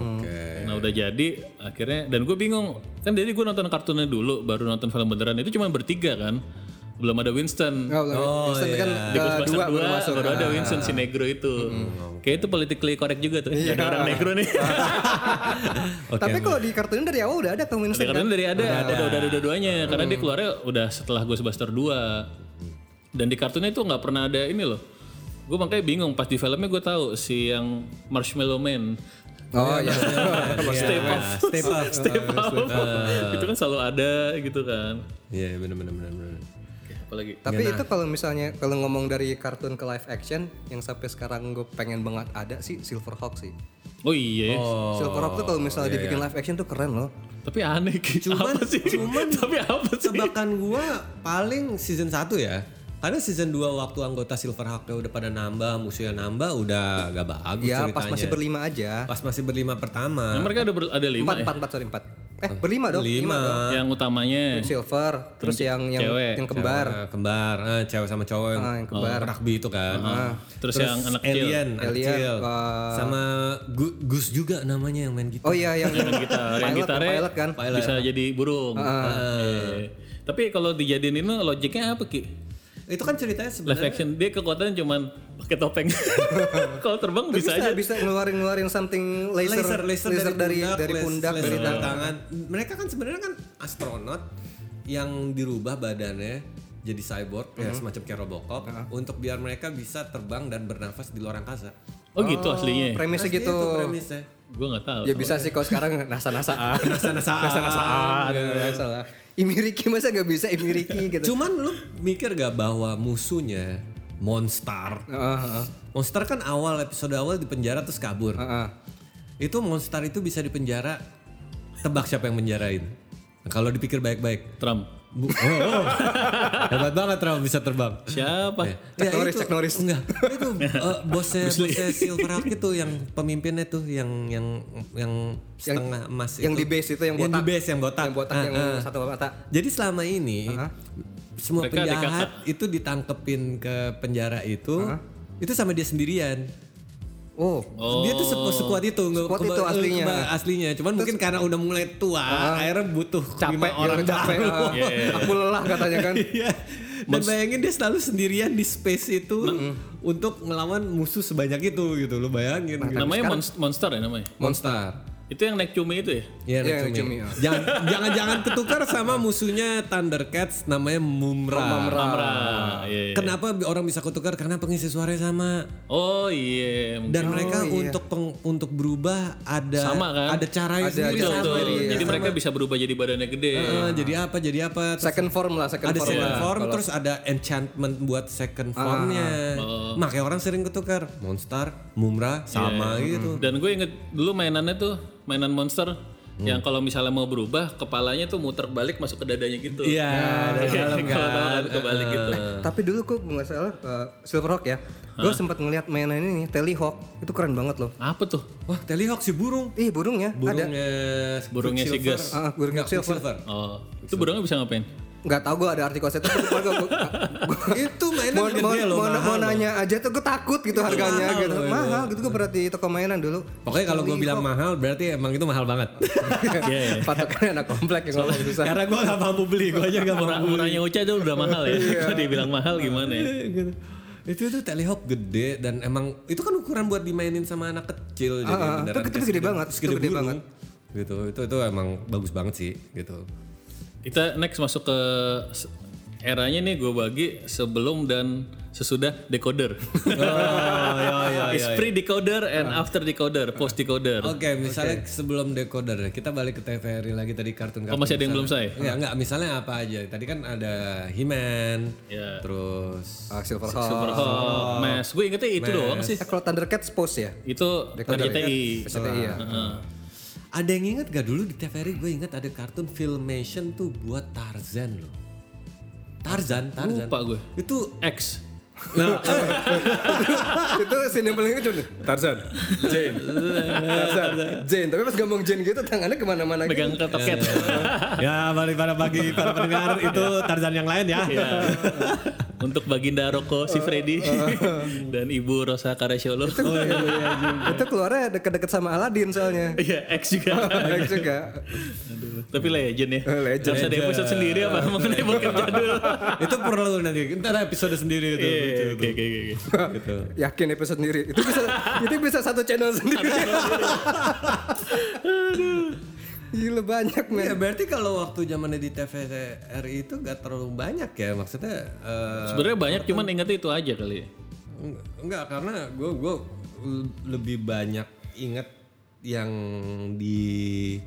B: Nah udah jadi akhirnya dan gue bingung kan jadi gue nonton kartunnya dulu baru nonton film beneran itu cuma bertiga kan belum ada Winston.
C: Oh, oh Winston
D: iya.
C: kan
B: Di
C: eh,
B: Ghostbuster
C: dua baru
B: dua,
C: masuk. Ah. Hmm,
B: baru ada Winston si negro itu. Kayak itu politically correct juga tuh.
C: Iya.
B: Jadi orang negro nih.
D: Oke.
C: Tapi kalau di kartunin dari awal udah ada tuh Winston.
B: Karena
C: kan?
B: dari ada, udah udah ada dua-duanya karena dia keluarnya udah setelah Ghostbuster 2. Dan di kartunnya itu nggak pernah ada ini loh. Gue makanya bingung pas di filmnya gue tahu si yang Marshmallow Man.
C: Oh iya.
D: Iya.
B: Step up,
C: kan?
D: Ah, Step up.
B: step up. itu kan selalu ada gitu kan.
D: Iya benar benar benar benar.
B: Apalagi
C: Tapi itu kalau misalnya kalau ngomong dari kartun ke live action yang sampai sekarang gue pengen banget ada sih Silverhawk sih.
B: Oh iya,
C: Silverhawk tuh kalau misalnya dibikin live action tuh keren loh.
B: tapi aneh gitu.
D: Cuman-
B: apa sih?
D: cuman-
B: tapi apa sih?
D: Tebakan gua paling season 1 ya. Karena season 2 waktu anggota Silverhawk udah pada nambah, musuhnya nambah udah gak bagus
C: Ya
D: ceritanya.
C: pas masih berlima aja.
D: Pas masih berlima
B: Nah,
D: pertama.
B: mereka ada ber- ada lima
C: Empat
B: ya.
C: empat empat sorry empat. Eh berlima dong.
D: Lima.
C: dong.
B: Yang utamanya.
C: Silver terus yang yang
B: cewek.
C: yang kembar.
D: Nah, kembar, eh, cewek sama cowok yang,
C: Ah, yang kembar. Ah,
D: rugby itu kan.
B: Terus yang anak kecil.
D: alien, anak
C: Alien,
D: kecil.
C: wah.
D: Sama Gu- Gus juga namanya yang main gitu.
C: Oh iya yang
B: Yang gitar, yang
C: pilot,
B: gitarnya
C: pilot kan.
B: bisa jadi burung. Eh, Tapi kalau dijadiin ini logiknya apa ki?
D: Itu kan ceritanya
B: Live
D: sebenarnya
B: action dia kekuatan cuman pakai topeng. kalau terbang
C: Bisa,
B: bisa,
C: bisa,
B: aja.
C: ngeluarin ngeluarin something laser
D: laser laser,
C: dari dari pundak dari
D: laser
C: tangan.
D: tangan. Mereka kan sebenarnya kan astronot yang dirubah badannya jadi cyborg
C: Mhm.
D: ya semacam kayak Robocop untuk biar mereka bisa terbang dan bernafas di luar angkasa.
B: Oh gitu aslinya.
C: Premisnya
D: Pasti
C: gitu.
D: itu premisnya.
B: Gue nggak
D: Oh,
B: tahu.
C: Ya bisa sih kalau sekarang nasa-nasaan.
D: Nasa-nasaan.
C: Nasa-nasaan. Salah. Imiriki masa gak bisa Imiriki gitu.
D: Cuman lu mikir gak bahwa musuhnya monster?
C: Heeh,
D: Monster kan awal episode awal di penjara terus kabur.
C: heeh.
D: Itu monster itu bisa di penjara. Tebak siapa yang menjarain? Nah, Kalau dipikir baik-baik.
B: Trump.
D: Bu- oh, oh. Hebat banget Ram bisa terbang.
B: Siapa?
D: Eh,
C: Cek Norris, cek Norris.
D: Enggak, itu eh, bosnya, bosnya Silverhawk itu yang pemimpinnya tuh yang yang yang setengah emas itu.
C: yang di base itu, yang
D: Yang
C: botak.
D: di base yang botak.
C: Yang botak
D: Ah,
C: yang
D: ah. Iya.
C: satu mata.
D: Jadi selama ini semua
B: Mereka
D: penjahat itu ditangkepin ke penjara itu itu sama dia sendirian.
C: Oh,
D: Dia tuh sepu sekuat itu, nggak
C: Sekuat
D: keba- eh,
C: itu aslinya.
D: keba- aslinya. Cuman mungkin karena udah mulai tua, akhirnya butuh lima
C: capek
D: orang Iya,
C: orang capek.
D: baru.
C: ah. Aku lelah katanya kan.
D: Iya. Dan bayangin dia selalu sendirian di space itu untuk ngelawan musuh sebanyak itu gitu lo bayangin. gitu.
B: Namanya monst- monster ya namanya.
D: Monster.
B: Itu yang naik cumi itu ya.
D: Iya,
C: Iya,
D: Natsumi.
C: Natsumi, ya.
D: Jangan jangan jangan ketukar sama musuhnya Thundercats namanya Mumra.
B: Amra. Iya, iya.
D: Kenapa bi- orang bisa ketukar? Karena pengisi suaranya sama.
B: Oh iya. mungkin.
D: Dan mereka untuk peng- untuk berubah ada
B: Sama, kan?
D: ada caranya
C: Ada
D: sendiri Iya.
B: Betul,
C: sama
B: betul.
C: dari-
B: Jadi mereka bisa berubah jadi badannya gede.
D: Eh, jadi apa? Jadi apa? Terus
C: Second form lah, second
D: ada
C: form.
D: second
C: lah.
D: form terus ada enchantment buat second formnya makanya orang sering ketukar monster mumra sama gitu
B: Dan gue inget dulu mainannya tuh mainan monster yang kalau misalnya mau berubah kepalanya tuh muter balik masuk ke dadanya gitu.
D: iya dari dalam
B: Kalau
D: kan
B: tahu kan, kebalik gitu.
C: Tapi dulu kok nggak salah uh, Silverhawk ya. Gue sempat ngeliat mainan ini nih, Telehawk. Itu keren banget loh.
B: Apa tuh?
D: wah telehawk si burung
C: Ih, burungnya, ada.
D: burungnya
B: Burungnya si
D: Quicksilver.
B: Gus.
C: Ah, ah, burungnya
D: Nggak,
C: Silver.
D: Quicksilver.
B: Oh, itu burungnya bisa ngapain?
C: Nggak tahu gue ada artikel itu.
D: itu mainan
C: mau,
D: gede
C: mau,
D: loh
C: mau,
D: mahal
C: mau
D: loh.
C: nanya aja tuh gue takut gitu harganya
D: mahal
C: gitu
D: loh, itu.
C: mahal gitu gue berarti toko mainan dulu
D: pokoknya kalau gue bilang mahal berarti emang itu mahal banget
C: patokannya anak komplek yang ngomong susah
D: karena gue gak mampu beli gue aja gak
B: Murah,
D: mampu
B: murahnya Ocha itu udah mahal ya. Kalau dibilang mahal gimana ya?
D: Gitu. itu tuh telehawk gede dan emang itu kan ukuran buat dimainin sama anak kecil
C: Ah, ah, itu kecil gede banget,
D: terus
C: itu
D: gede
C: gede
D: burung.
C: banget.
D: gitu itu itu emang bagus banget sih gitu
B: Kita next masuk ke s- eranya nih gue bagi sebelum dan sesudah decoder. iya, It's pre decoder and after decoder, post decoder.
D: Oke, misalnya sebelum decoder kita balik ke TVRI lagi tadi kartun kartun.
B: Oh, masih ada yang belum saya?
D: Enggak, enggak, misalnya apa aja? Tadi kan ada He-Man,
B: Ya.
D: terus
C: ah, Silverhawk
B: Oh, Mas, gue ingetnya itu doang sih.
C: Eh, kalau Thundercats pose ya
B: Itu
C: Decoder ya?
B: RCTI.
C: RCTI ya
D: ada yang ingat gak dulu di TVRI gue ingat ada kartun Filmation tuh buat Tarzan loh. Tarzan, Tarzan.
B: Lupa gue.
D: Itu
B: X.
C: itu scene yang paling lucu nih. Tarzan, Jane, Tarzan, Jane. Tapi pas ngomong Jane gitu tangannya kemana-mana gitu.
B: Pegang ketoket.
H: Ya, mari para bagi para pendengar itu Tarzan yang lain ya.
B: Ya. Untuk Baginda Roko si Freddy dan Ibu Rosa Karasiolo.
D: gitu.
C: itu keluarnya deket-deket sama Aladdin soalnya.
B: Iya, X juga.
C: Baik juga.
B: Tapi legend ya.
C: Legend.
B: Harus ada episode sendiri apa mengenai bokep jadul.
D: itu perlu nanti. Ntar episode sendiri itu.
B: Iya,
D: lucu
B: Oke,
D: itu.
B: oke, oke.
D: Gitu.
C: Yakin episode sendiri. Itu bisa itu bisa satu channel sendiri. Gila banyak men.
D: Ya berarti kalau waktu zamannya di TVRI itu gak terlalu banyak ya maksudnya eh,
B: Sebenarnya banyak cuman inget itu aja kali ya.
D: eng- enggak karena gue gue lebih banyak inget yang di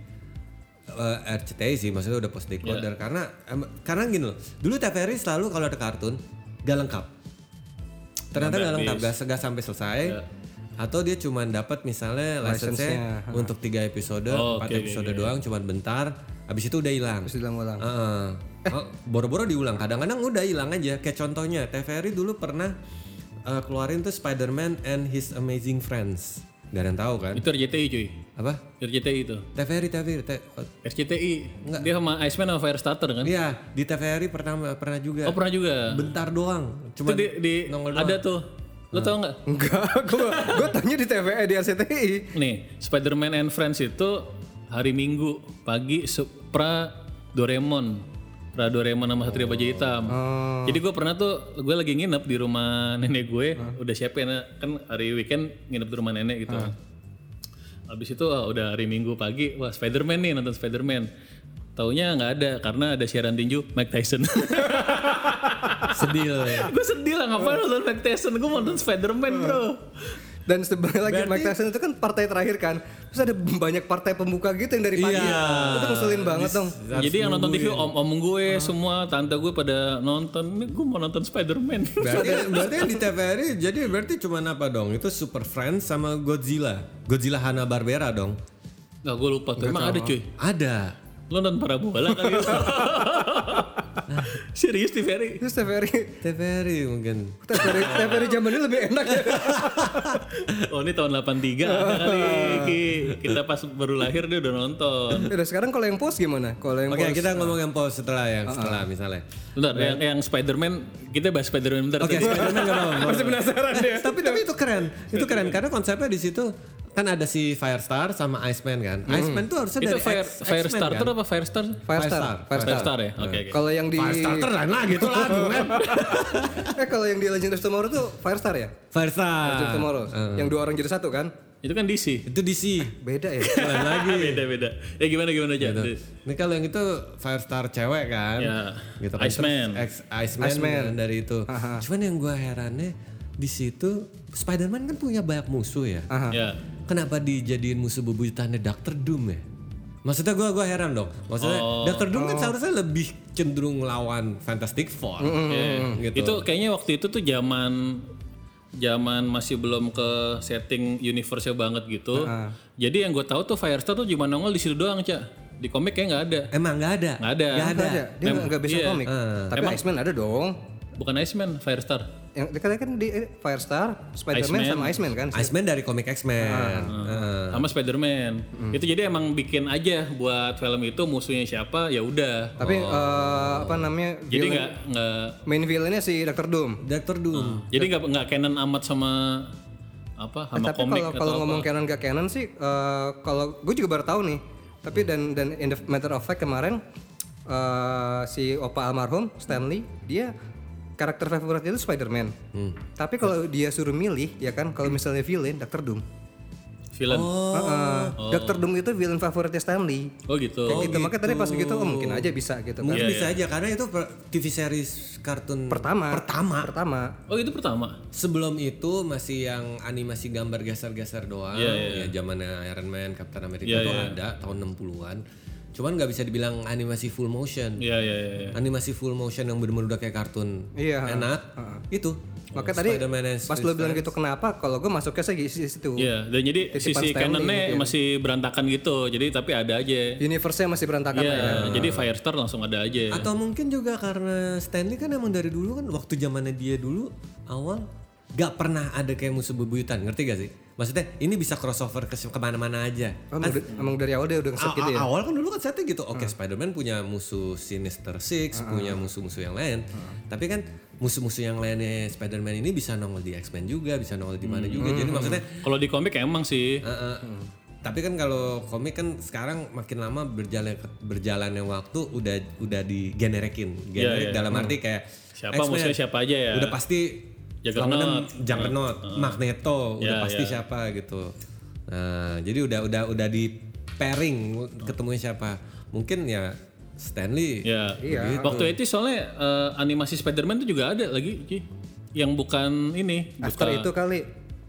D: eh, RCTI sih maksudnya udah post
B: Iya.
D: decoder karena em- karena gini loh dulu TVRI selalu kalau ada kartun gak lengkap ternyata
B: Nggak
D: gak lengkap
B: habis. Iya.
D: gak, se- gak sampai selesai atau dia cuman dapat misalnya license-nya
C: License-nya,
D: untuk tiga episode
B: Oh, oke,
D: empat
B: oke,
D: episode doang cuman bentar Iya. habis itu udah hilang
C: Terus diulang-ulang.
D: Heeh. Oh, boro-boro diulang. Kadang-kadang udah hilang aja. Kayak contohnya, TVRI dulu pernah eh, keluarin tuh Spider-Man and His Amazing Friends. Gak ada yang tahu kan?
B: Itu RCTI cuy.
D: Apa?
B: RCTI itu.
D: TVRI, TVRI. T- oh,
B: RCTI. Dia sama Iceman sama Firestarter kan?
D: Iya, di TVRI pernah pernah juga.
B: Oh pernah juga.
D: Bentar doang.
B: Itu
D: Cuma
B: di, di ada tuh. Lo tau nggak?
C: Enggak, gua gua tanya di TVE di RCTI.
B: Nih, Spider-Man and Friends itu hari Minggu pagi se- pra Doraemon. Pra Doraemon sama Satria Baja Hitam.
D: Oh.
B: Jadi gue pernah tuh gue lagi nginep di rumah nenek gue, udah siapin ya, kan hari weekend nginep di rumah nenek gitu. Habis itu ah, udah hari Minggu pagi, wah Spider-Man nih nonton Spider-Man. Taunya nggak ada karena ada siaran tinju Mike Tyson.
D: sedih loh ya.
B: gue sedih lah ngapain nonton Mike Tyson, gue mau nonton Spider-Man bro.
C: Dan sebenarnya lagi Mike Tyson itu kan partai terakhir kan. Terus ada banyak partai pembuka gitu yang dari pagi. Itu ngeselin banget dong.
B: Jadi yang nonton TV om-om gue
D: Ah.
B: semua, tante gue pada nonton, ini gue mau nonton Spider-Man.
D: Berarti, berarti yang di TVRI jadi berarti cuma apa dong? Itu Super Friends sama Godzilla. Godzilla Hanna-Barbera dong.
B: Nah gue lupa tuh, emang ada cuy.
D: Ada.
B: Lo nonton parabola kali ya? Serius TVRI?
C: Terus TVRI
D: TVRI mungkin.
C: TVRI, TVRI zaman ini lebih enak ya.
B: Oh ini tahun 83 ada kali. Ki. Kita pas baru lahir dia udah nonton.
C: Udah sekarang kalau yang post gimana? Kalau yang
D: Oke,
C: post
D: kita ngomong yang pause setelah yang setelah misalnya.
B: Bentar, yang, yang Spider-Man, kita bahas Spider-Man bentar.
D: Iya. Oke,
B: Tadi.
D: Spider-Man nggak apa-apa.
C: Masih penasaran ya.
D: tapi tapi itu keren. Itu keren karena konsepnya di situ kan ada si Firestar sama Iceman kan.
C: Hmm.
D: Iceman tuh harusnya
B: Itu
D: dari
B: Fire,
D: X- X-Men kan?
B: Firestarter apa Firestar?
D: Firestar.
C: Firestar, Firestar.
B: Firestar ya? Oke, oke.
C: Kalau yang di
D: Firestarter lain lagi tuh lah aduh, kan.
C: eh kalau yang di Legend of Tomorrow tuh Firestar ya?
D: Firestar.
C: Legend of
B: Ah.
C: Tomorrow. Yang dua orang jadi satu kan?
B: Itu kan DC.
D: Itu DC.
C: Beda ya.
D: Lain lagi.
B: Beda-beda. Ya gimana gimana aja.
D: Gitu. Ini kalau yang itu Firestar cewek kan.
B: Ya.
D: Gitu kan.
B: Iceman.
D: Terus X- Iceman,
C: Iceman.
D: dan dari itu.
C: Aha.
D: Cuman yang gua herannya di situ Spider-Man kan punya banyak musuh ya.
C: Aha.
B: Ya.
D: Kenapa dijadiin musuh bebuyutannya Dr. Doom ya? Maksudnya gue gua heran dong. Maksudnya
B: Oh.
D: Dr. Doom kan seharusnya lebih cenderung lawan Fantastic Four.
B: Iya.
D: Gitu.
B: Itu kayaknya waktu itu tuh zaman zaman masih belum ke setting universe banget gitu. Jadi yang gue tahu tuh Firestar tuh cuma nongol di situ doang, Cak. Di komik kayak nggak ada.
D: Emang nggak ada.
B: Nggak ada.
D: Nggak ada.
C: Nggak ada. Dia
B: Mem-
C: nggak bisa
B: iya.
C: komik. Tapi Iceman ada dong.
B: Bukan Iceman, Firestar.
C: Yang dikatakan kan di eh, Firestar, Spider-Man
B: Iceman.
C: sama Iceman kan.
D: Iceman dari komik X-Men. Ah. Heeh.
B: Sama Spider-Man.
C: Hmm.
B: Itu jadi emang bikin aja buat film itu musuhnya siapa ya udah.
C: Tapi eh, apa namanya?
B: Jadi
C: villain-
B: nggak nggak
C: main villainnya si Dr. Doom.
D: Dr. Doom.
B: jadi nggak nggak canon amat sama apa sama
C: Eh, Tapi
B: komik
C: kalau
B: atau
C: kalau
B: apa.
C: ngomong canon gak canon sih eh, kalau gue juga baru tahu nih. Tapi
B: Hmm.
C: dan dan in the matter of fact kemarin eh, si Opa almarhum Stanley dia karakter favoritnya itu Spider-Man.
B: Hmm.
C: Tapi kalau dia suruh milih ya kan kalau misalnya villain Dr. Doom.
B: villain. Oh,
C: Heeh. Dr. Doom itu villain favoritnya Stanley.
B: gitu.
C: Kayak gitu. Makanya tadi pas gitu oh mungkin aja
B: Ah.
C: bisa gitu
B: Iya,
C: kan.
D: Mungkin bisa aja karena itu per- TV series
B: Hmm.
D: kartun
C: Pertama.
D: Pertama.
C: Pertama.
B: Oh itu pertama.
D: Sebelum itu masih yang animasi gambar geser-geser doang.
B: Iya, iya,
D: Ya zamannya Iron Man, Captain America
B: Iya,
D: itu
B: iya.
D: ada tahun 60-an. Cuman nggak bisa dibilang animasi full motion.
B: Iya iya iya.
D: Animasi full motion yang bener-bener udah kayak kartun.
C: Iya.
D: Enak. Itu
C: Maka tadi
D: Spider-Man and
C: pas lo bilang
D: Spider-Man.
C: gitu kenapa kalau gue masuknya saya di situ.
B: Iya, dan jadi
C: Titipan
B: sisi
C: Stanley gitu
B: kanannya
C: ya.
B: masih berantakan gitu. Jadi tapi ada aja.
C: Universe-nya masih berantakan
B: Iya,
C: lah ya. Ah.
B: jadi Firestar langsung ada aja.
D: Atau mungkin juga karena Stanley kan emang dari dulu kan waktu zamannya dia dulu awal gak pernah ada kayak musuh bebuyutan, ngerti gak sih? Maksudnya ini bisa crossover ke kemana-mana aja.
C: Oh, emang, udah- emang dari awal dia udah
B: Ah,
C: ngeset
D: A-
C: gitu ya.
D: Awal kan dulu kan setnya gitu. Oke, Spider-Man punya musuh Sinister Six, punya musuh-musuh yang lain. Tapi kan musuh-musuh yang lainnya Spider-Man ini bisa nongol di X-Men juga, bisa nongol di mana juga. Jadi maksudnya
B: Kalau di komik emang sih.
C: Ah,
D: eh, eh,
B: Hmm.
D: tapi kan kalau komik kan sekarang makin lama berjalan berjalannya waktu udah udah digenerekin.
B: Iya, iya.
D: Generik dalam arti kayak
B: Siapa musuhnya siapa aja ya.
D: Udah pasti
B: Juggernaut.
D: lawannya Juggernaut, Magneto,
B: Iya,
D: udah pasti
B: iya.
D: siapa gitu. Nah, jadi udah udah udah di pairing ketemunya siapa. Mungkin ya Stanley.
B: Ya.
C: Iya.
B: Waktu itu soalnya eh, animasi Spider-Man itu juga ada lagi, Ki. Yang bukan ini.
C: After
B: bukan-
C: itu kali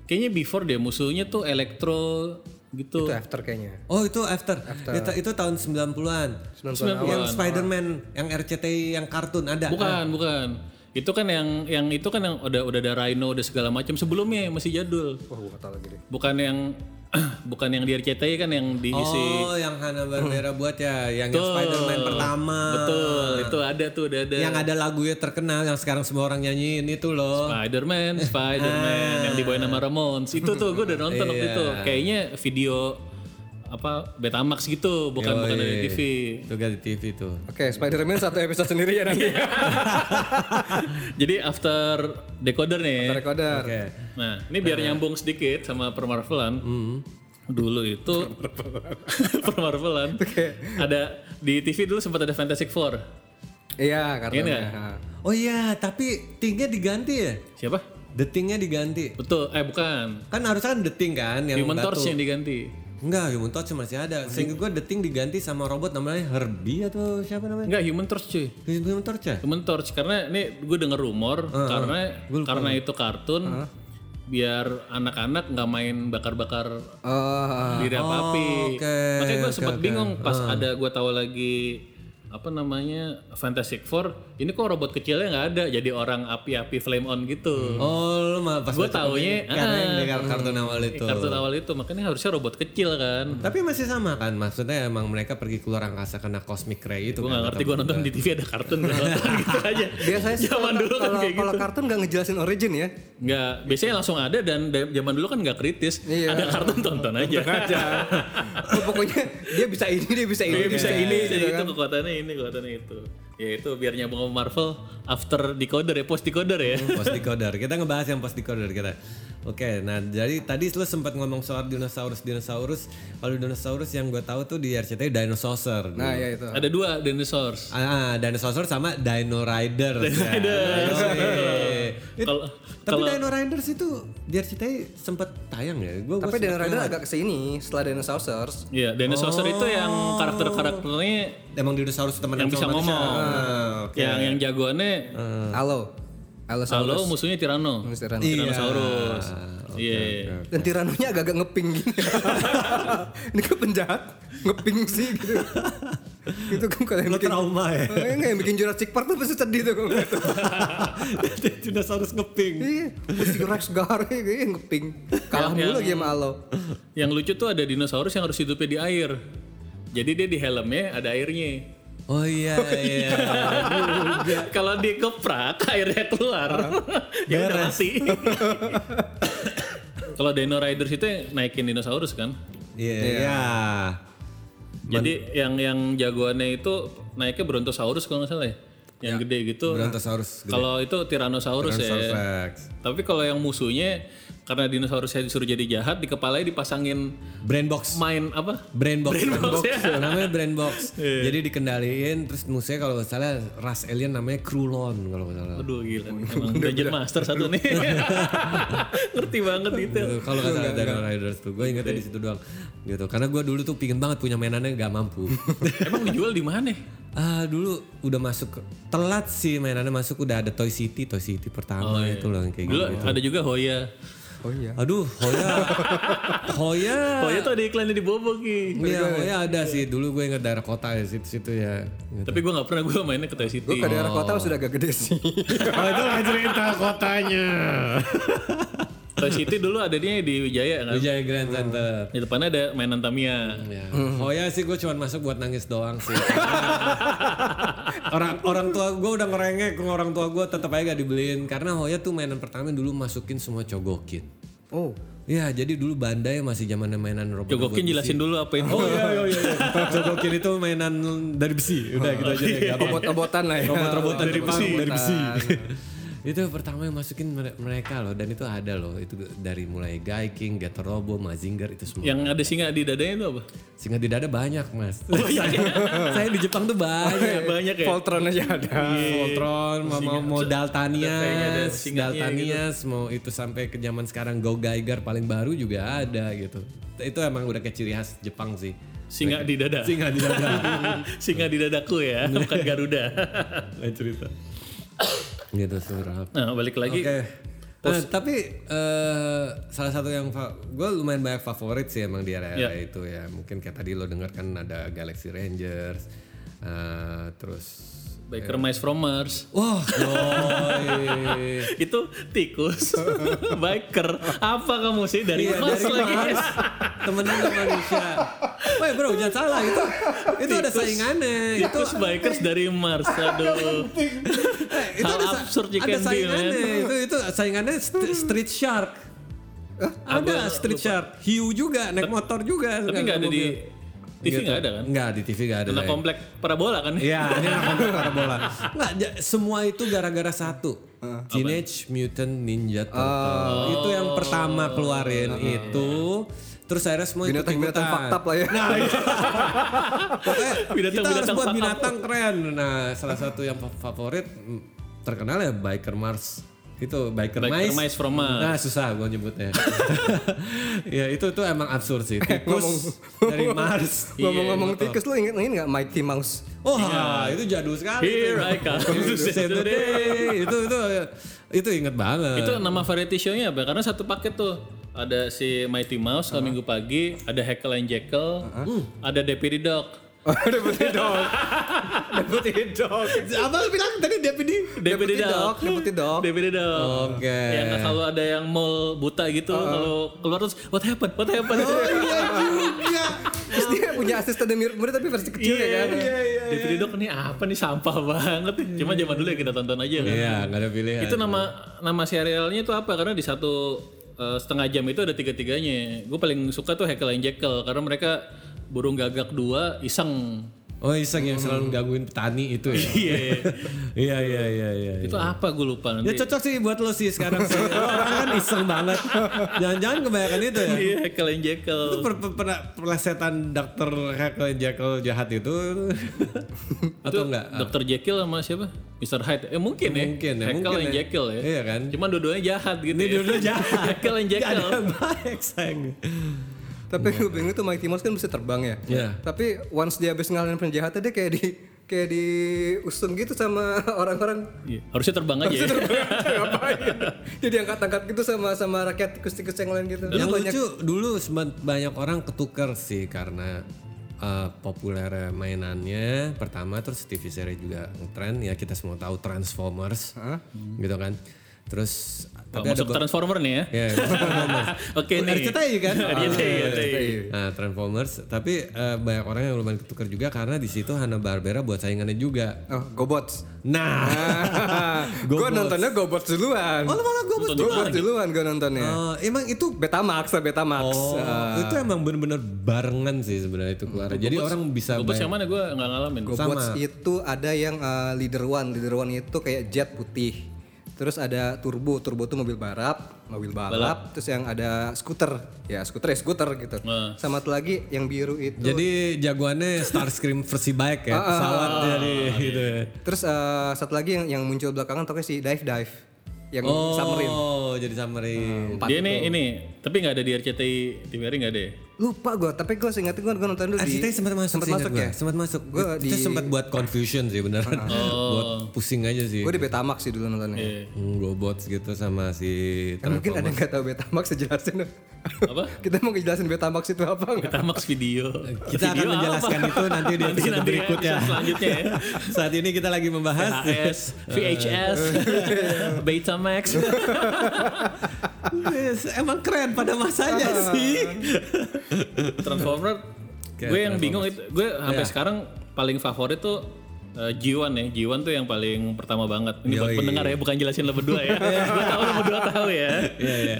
B: Kayaknya before deh musuhnya tuh Electro gitu.
C: itu ya? after kayaknya.
D: Oh, itu after. Itu, itu tahun 90-an.
C: 90-an
D: Yang
B: awal.
D: Spider-Man, yang RCTI, yang kartun ada.
B: Bukan,
C: Ah.
B: bukan. Itu kan yang yang itu kan yang udah udah ada Rhino udah segala macam sebelumnya masih jadul.
C: Wah, gue gak tau lagi deh.
B: Bukan yang bukan yang di RCTI kan yang diisi.
D: Oh, yang Hanna Barbera buat ya, yang, yang
B: Betul.
D: Spider-Man
C: Oh.
D: pertama.
B: Betul, itu ada tuh udah ada.
D: Yang ada lagunya terkenal yang sekarang semua orang nyanyiin itu loh.
B: Spider-Man, Spider-Man yang dibawain sama Ramones. Ah. Itu tuh gue udah nonton waktu itu. Kayaknya video apa Betamax gitu, bukan bukan dari TV.
D: Itu gak di TV tuh.
C: Oke, Spider-Man satu episode sendiri ya nanti.
B: Jadi after decoder nih.
C: After Recorder.
D: Oke.
B: Nah, ini biar nyambung sedikit sama permarvelan. Dulu itu permarvelan. Ada di TV dulu sempat ada Fantastic Four.
C: Iya,
B: Ini
C: kartunya.
B: ya?
C: Nah,
D: Oh iya, tapi tingnya diganti ya?
B: Siapa?
D: The Thing-nya diganti.
B: Betul. Eh bukan.
D: Kan harusnya kan The Thing kan yang
B: Human
D: batu.
B: Torch yang diganti.
D: Enggak, Human Torch masih ada. Seingat gua The Thing diganti sama robot namanya Herbie atau siapa namanya?
B: Enggak, Human Torch cuy.
D: Human Torch ya?
B: Human Torch karena ini gue denger rumor karena karena itu kartun biar anak-anak nggak main bakar-bakar
C: eh,
B: diri apa api.
D: Ah, oke,
B: Makanya gue
D: oke,
B: sempat
D: oke.
B: bingung pas ada gue tahu lagi apa namanya Fantastic Four ini kok robot kecilnya nggak ada jadi orang api-api flame on gitu
D: Oh, lu mah pas
B: Gua
D: baca
B: taunya,
D: komik, karena
B: ah.
D: yang di kartun awal itu.
B: kartun awal itu makanya harusnya robot kecil kan
D: Tapi masih sama kan? Maksudnya emang mereka pergi keluar angkasa karena cosmic ray
B: gue
D: itu kan?
B: nggak ngerti gue nonton di TV ada kartun gua nonton gitu aja
C: biasanya sih
B: zaman
C: kalau-
B: dulu kan
C: kalau-
B: kayak
C: Kalau
B: gitu
C: kartun gak ngejelasin origin ya.
B: nggak biasanya langsung ada dan da- zaman dulu kan nggak kritis
C: Iya.
B: ada kartun tonton aja.
C: Oh, pokoknya dia bisa ini, dia bisa ini.
B: Dia bisa gini,
C: gitu
D: Iya
B: jadi itu
C: kan.
B: kekuatannya ini, kekuatannya itu. Ya itu biar nyambung sama Marvel after decoder ya, post decoder ya.
D: post decoder. Kita ngebahas yang post decoder kita. Oke, nah jadi tadi lu sempat ngomong soal dinosaurus dinosaurus. Kalau dinosaurus yang gue tahu tuh di RCTI dinosaur.
C: Nah, ya itu.
B: Ada dua dinosaurs.
D: Ah, dinosaur sama Dino Riders. ya. Yoi. It-
B: Kalau-
D: Tapi
B: kalau-
D: Dino Riders itu di RCTI sempat tayang ya. Gua, gua
C: Tapi
D: sempet
C: Dino Rider
D: ngeliat.
C: agak kesini setelah Dinosaurs.
B: Iya, dinosaur
D: Oh.
B: itu yang karakter-karakternya
D: emang dinosaurus teman
B: yang bisa ngomong.
D: Ah,
B: Iya.
D: oke. Eh,
B: Yang yang jagoannya
C: Halo. Halo.
B: Halo musuhnya Tirano.
C: Tirano.
D: Iya.
B: Tyrannosaurus.
D: Ah,
B: Iya.
C: Dan tiranonya agak-agak ngeping gini. Ini ke penjahat ngeping sih gitu. itu kan kalau yang
D: Lo trauma ya?
C: Eh, enggak, yang bikin Jurassic Park tuh pasti sedih tuh kalau ngeliat tuh.
D: dinosaurus ngeping.
C: Iya, terus Rex garang gitu, iya, ngeping.
B: Yang-
C: Kalah
D: Iya,
C: mulu
B: yang-
C: lagi sama Alo.
B: Yang lucu tuh ada dinosaurus yang harus hidupnya di air. Jadi dia di helmnya ada airnya.
D: Oh iya iya.
B: Kalau dikeprak airnya keluar. ya udah mati. Kalau Dino Riders itu yang naikin dinosaurus kan.
D: Iya.
B: Jadi yang yang jagoannya itu naiknya Brontosaurus kalau nggak salah ya. Yang gede gitu.
D: Brontosaurus gede.
B: Kalau itu Tyrannosaurus,
D: Dinosaurus
B: ya.
D: Rex.
B: Tapi kalau yang musuhnya karena dinosaurusnya disuruh jadi jahat di kepalanya dipasangin
D: Brain box.
B: main apa?
D: Brain box,
B: Brain box, ya.
D: namanya brain box. Jadi dikendaliin terus musuhnya kalau nggak salah ras alien namanya Krulon kalau nggak salah.
B: Aduh gila nih. Emang Dungeon Master satu nih. Ngerti banget detail.
D: Tuh, Kalau nggak salah Dino Riders tuh, gue ingetnya di situ doang. Gitu, karena gue dulu tuh pingin banget punya mainannya nggak mampu.
B: Emang dijual di mana?
D: Ah dulu udah masuk ke- telat sih mainannya masuk udah ada Toy City, Toy City pertama Oh, iya. itu loh yang kayak
B: Dulu
D: gitu.
B: ada juga Hoya.
C: Oh iya.
D: Aduh, Hoya. Hoya.
B: Oh ya tuh ada iklannya di Bobo Ki.
D: Iya, Hoya ada sih. Dulu gue inget daerah kota ya, situ-situ ya. Gitu.
B: Tapi gue nggak pernah gue mainnya ke Toy
C: Gue
B: City.
C: ke daerah
D: Iya.
C: kota sudah agak gede sih.
H: Oh itu nggak cerita kotanya.
B: Toy City dulu adanya di Wijaya kan.
D: Wijaya Grand Center.
B: Di depannya ada mainan Tamiya.
D: Ya. Hoya sih gue cuman masuk buat nangis doang sih. orang orang tua gue udah ngerengek orang tua gue tetap aja gak dibeliin karena Hoya tuh mainan pertama dulu masukin semua cogokin.
C: Oh.
D: Ya jadi dulu Bandai masih zaman mainan robot.
B: Jogokin jelasin dulu apa itu.
D: Oh iya iya iya. Cogokin itu mainan dari besi. Udah gitu aja ya. nggak apa-apa.
C: Obot-obotan lah ya.
D: Robot-robotan dari besi,
C: Obot-obotan.
D: dari besi. itu pertama yang masukin mere- mereka loh dan itu ada loh itu dari mulai Gaiking, Getorobo, Mazinger itu semua.
B: Yang ada singa di dadanya itu apa?
D: Singa di dada banyak mas. Saya di Jepang tuh banyak. Iya.
B: Banyak ya.
C: Voltron aja ada.
D: Voltron, mau mau mau
B: Kayaknya ada
D: Daltanias,
B: singanya gitu.
D: Daltanias, mau itu sampai ke zaman sekarang Go Geiger paling baru juga ada gitu. Itu emang udah kayak ciri khas Jepang sih.
B: Singa di dada.
D: Singa di dada.
B: Singa di dadaku ya, bukan Garuda. cerita.
D: gitu surap.
B: Nah, balik lagi.
D: Oke. Nah, tapi eh, salah satu yang gue lumayan banyak favorit sih emang di area-area
B: Iya.
D: itu ya. Mungkin kayak tadi lo dengar kan ada Galaxy Rangers, eh, terus
B: Biker Mice from Mars.
D: Wah, yoi.
B: Itu tikus, biker. Apa kamu sih dari
D: Iya,
B: Mars
D: dari
B: lagi?
D: Mars. temenan sama manusia. Woi bro, jangan salah itu. Itu ada saingannya. Itu
B: Tikus bikers dari Mars. Aduh.
D: eh, itu
B: How
D: ada, sa-
B: absurd you
D: ada
B: can be,
D: saingannya.
B: man. Hmm.
D: Itu itu saingannya st- street shark. ada
B: Apa?
D: street shark. Hiu juga naik motor juga.
B: Tapi nggak ada di TV nggak ada kan?
D: Enggak di TV enggak ada.
B: Karena
D: Lai.
B: komplek parabola kan?
D: Iya, ini anak komplek bola. Nggak, ja- semua itu gara-gara satu. Teenage Mutant Ninja
B: Oh.
D: Turtle. Itu yang pertama keluarin
B: Iya,
D: itu. Terus akhirnya semua ikut
C: Binatang-binatang
D: ikutan.
C: faktab lah ya.
D: Nah, Pokoknya kita harus
B: Binatang-binatang
D: buat
B: faktab.
D: binatang keren. Nah, salah satu yang fa- favorit mm, terkenal ya Biker Mars. Itu Biker,
B: Biker
D: Mice.
B: Mice from Mars.
D: Nah, susah gue nyebutnya. ya itu itu emang absurd sih. Tikus dari Mars.
C: Ngomong-ngomong
D: Iya,
C: tikus lu inget ini nggak Mighty Mouse?
D: Wah, itu jadul sekali.
B: Iya. Here I come to save the
D: Saturday. itu itu itu inget banget.
B: Itu nama variety show-nya apa? Karena satu paket tuh. Ada si Mighty Mouse kalau minggu pagi, ada Heckle and Jekyll,
C: Uh.
B: ada Deputy Dog.
C: Deputy dog. Deputy dog.
D: apa lu bilang tadi deputy?
B: Deputy Dog.
C: Deputy dog.
B: Deputy Dog.
D: Oke.
B: Yang kalau ada yang mall buta gitu, kalau keluar terus what happened? What happened?
C: Iya. Terus dia punya asisten yang mirip-mirip tapi versi
D: Iya,
C: kecil ya kan?
B: Deputy Dog ini apa nih sampah banget. Cuma zaman dulu ya kita tonton aja kan.
D: Iya, nggak ada pilihan.
B: Itu nama nama serialnya itu apa? Karena di satu eh, setengah jam itu ada tiga-tiganya. Gue paling suka tuh Heckle and Jekyll karena mereka burung gagak dua iseng.
D: Oh iseng yang selalu gangguin petani itu ya.
B: Hmm. Iya.
D: Iya iya iya iya.
B: itu apa gue lupa
D: Ya
B: nanti.
D: cocok sih buat lo sih sekarang sih. Lo orang kan iseng banget. Jangan-jangan kebanyakan itu ya.
B: Iya, Heckle and Jekyll.
D: Itu per, per, per- pelesetan dokter Heckle and Jekyll jahat itu atau enggak?
B: Dokter Jekyll sama siapa? Mr. Hyde. Eh mungkin ya.
D: Mungkin ya,
B: Jekyll
D: mungkin
B: and
D: ya.
B: Jekyll ya.
D: Iya kan?
B: Cuman dua-duanya jahat gitu. Ini
D: dua-duanya jahat.
B: Jekyll and Jekyll.
D: Nggak ada yang baik sayang.
C: Tapi gue bingung tuh Mighty Mouse kan bisa terbang ya.
D: Iya.
C: Tapi once dia habis ngalahin penjahatnya dia kayak di kayak diusung gitu sama orang-orang.
B: Iya, Harusnya terbang aja ya.
C: Ngapain? Dia diangkat-angkat gitu sama sama rakyat tikus-tikus yang lain gitu.
D: Yang
C: banyak
D: lucu dulu sempat banyak orang ketukar sih karena eh, populer mainannya pertama terus TV series juga ngetren ya kita semua tahu Transformers gitu kan terus
B: Wah,
D: tapi ada
B: Masuk
D: be-
B: Transformer nih ya.
D: ya, Transformers.
B: Oke Iya, nih.
D: RCTI kan?
B: RCTI, RCTI.
D: Nah, Transformers tapi eh, banyak orang yang lumayan ketukar juga karena di situ Hanna Barbera buat saingannya juga
C: Oh, Gobots.
D: nah
C: Ah. gue nontonnya Gobots duluan.
D: oh lu malah gue
B: Nonton
C: Gobots
B: lagi.
C: duluan gue nontonnya.
D: Eh, emang itu
C: Betamax lah Betamax. Eh,
D: Oh, itu emang bener-bener barengan sih sebenarnya itu keluar. Jadi orang bisa
B: Gue yang
D: bayang-
B: mana gue nggak ngalamin.
C: Gobots itu ada yang eh, leader one, leader one itu kayak jet putih. Terus ada turbo, turbo itu mobil balap, mobil balap. Terus yang ada scooter, ya scooter ya scooter gitu. Sama satu lagi yang biru itu.
D: Eh. Jadi jagoannya Starscream versi
C: Ah,
D: baik ya, pesawat jadi gitu. ya.
C: Terus eh, satu lagi yang yang muncul belakangan tokonya si dive dive, yang
D: Oh,
C: submarine.
D: jadi submarine.
B: Dia ini ini tapi nggak ada di RCTI TVRI nggak ada. ya?
C: Lupa gue, tapi gue seingat gue gue nonton dulu di
D: Arsitek Eh, sempat masuk
C: Ah, sempat
D: sih,
C: masuk
D: ingat
C: ya.
D: gua. Sempat masuk.
C: Gue di
D: Itu sempat buat confusion sih beneran. buat pusing aja sih.
C: Gue di Betamax sih dulu nontonnya.
D: Hmm, robot gitu sama si
C: Kan mungkin ada yang gak tau Betamax sejelasin dong.
B: Apa?
C: Kita mau ngejelasin Betamax itu apa nggak?
B: Betamax video.
D: Kita akan
B: Video
D: menjelaskan
B: apa?
D: itu nanti di episode
B: nanti
D: berikutnya.
B: episode selanjutnya ya.
D: Saat ini kita lagi membahas
B: VHS, VHS, Betamax.
D: Yes, emang keren pada masanya sih.
B: Transformer
D: Kayak
B: gue yang
D: Transformers. Iya.
B: bingung itu gue sampai sekarang paling favorit tuh eh, G1 ya, G1 tuh yang paling pertama banget. Ini buat
D: Yoi.
B: pendengar ya, bukan jelasin lo berdua ya. gue tahu lo berdua tahu ya.
D: Iya, iya.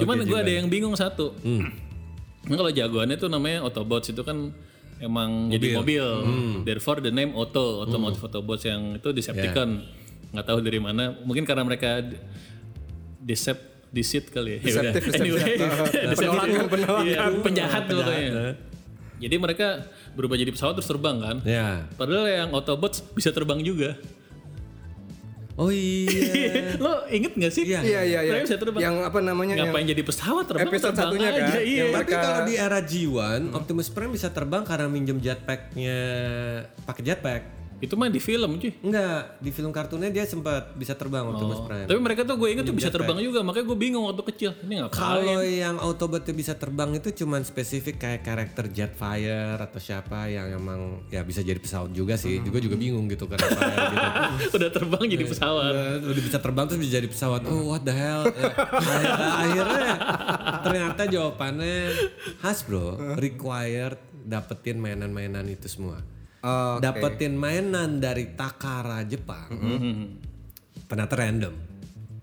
B: Cuman
D: Oke,
B: gue ada
D: gimana?
B: yang bingung satu. Nah, kalau jagoannya tuh namanya Autobots itu kan emang jadi mobil. Therefore the name Auto, Automotive Autobots yang itu Decepticon. Nggak tahu dari mana. Mungkin karena mereka d- Decept Deceit kali ya. Ya udah.
C: Deceptive,
B: Anyway,
C: deceptive.
B: Deceptive.
C: Penolakan, penolakan.
B: Iya, penjahat tuh pokoknya. Jadi mereka berubah jadi pesawat terus terbang kan.
D: Ya.
B: Padahal yang Autobots bisa terbang juga.
D: Oh iya.
B: Lo inget gak sih?
D: Iya.
C: Iya iya iya.
B: Mereka bisa terbang.
C: Yang apa namanya? yang-
B: Ngapain jadi pesawat terbang?
C: Episode
B: terbang
C: satunya
B: aja,
C: kan,
B: Iya.
C: yang
D: Tapi
C: Mereka-
D: kalau di era G1, Optimus Prime bisa terbang karena minjem jetpacknya pakai jetpack.
B: Itu mah di film cuy.
D: Enggak, di film kartunnya dia sempat bisa terbang Optimus
B: Oh.
D: Prime.
B: Tapi mereka tuh gue inget tuh bisa terbang juga, makanya gue bingung waktu kecil. Ini ngapain?
D: Kalau yang Autobot tuh bisa terbang itu cuman spesifik kayak karakter Jetfire atau siapa yang emang ya bisa jadi pesawat juga sih.
B: Hmm.
D: Gue juga bingung gitu kenapa ya, gitu.
C: iya.
B: Udah terbang jadi pesawat.
D: Udah- Eh, Udah bisa terbang terus bisa jadi pesawat. Oh what the hell. Ya, akhirnya, akhirnya ternyata jawabannya Hasbro required dapetin mainan-mainan itu semua.
C: Oh, Oke. Mm-hmm.
D: Dapetin mainan dari Takara Jepang.
B: Hmm,
D: Ternyata random.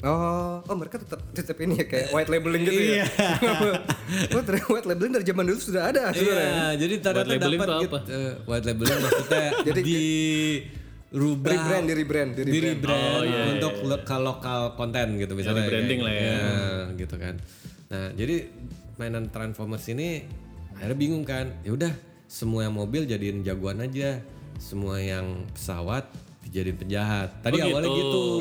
C: Oh, oh mereka tetap tetap ini ya
B: Iya.
C: kayak white labeling gitu ya. Iya. white labeling dari zaman dulu sudah ada sebenarnya.
D: Iya, jadi
B: White
D: ternyata
B: labeling
D: dapat
B: tuh
D: gitu.
B: apa?
D: Eh, white labeling maksudnya
C: Jadi-
D: di rubah
C: Rebrand, di rebrand, di
D: di
C: rebrand.
B: Oh, iya,
D: rebrand Oh, untuk lokal lokal konten gitu misalnya
B: branding lah ya.
D: ya, gitu kan nah jadi mainan Transformers ini akhirnya bingung kan ya udah semua yang mobil jadiin jagoan aja semua yang pesawat dijadiin penjahat tadi
B: Oh,
D: awalnya
B: gitu.
D: gitu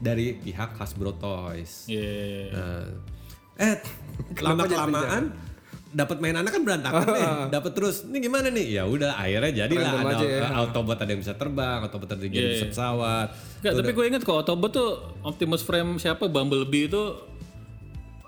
D: dari pihak Hasbro Toys
B: Iya.
D: Nah, eh lama kelamaan dapat mainannya kan berantakan nih, dapat terus. Ini gimana nih? Ya udah akhirnya jadilah
C: Random
D: ada
C: aja ya.
D: Autobot ada yang bisa terbang, Autobot ada yang jadi
B: Iya,
D: bisa pesawat.
B: Nggak, tapi gue inget kok Autobot tuh Optimus Prime siapa Bumblebee itu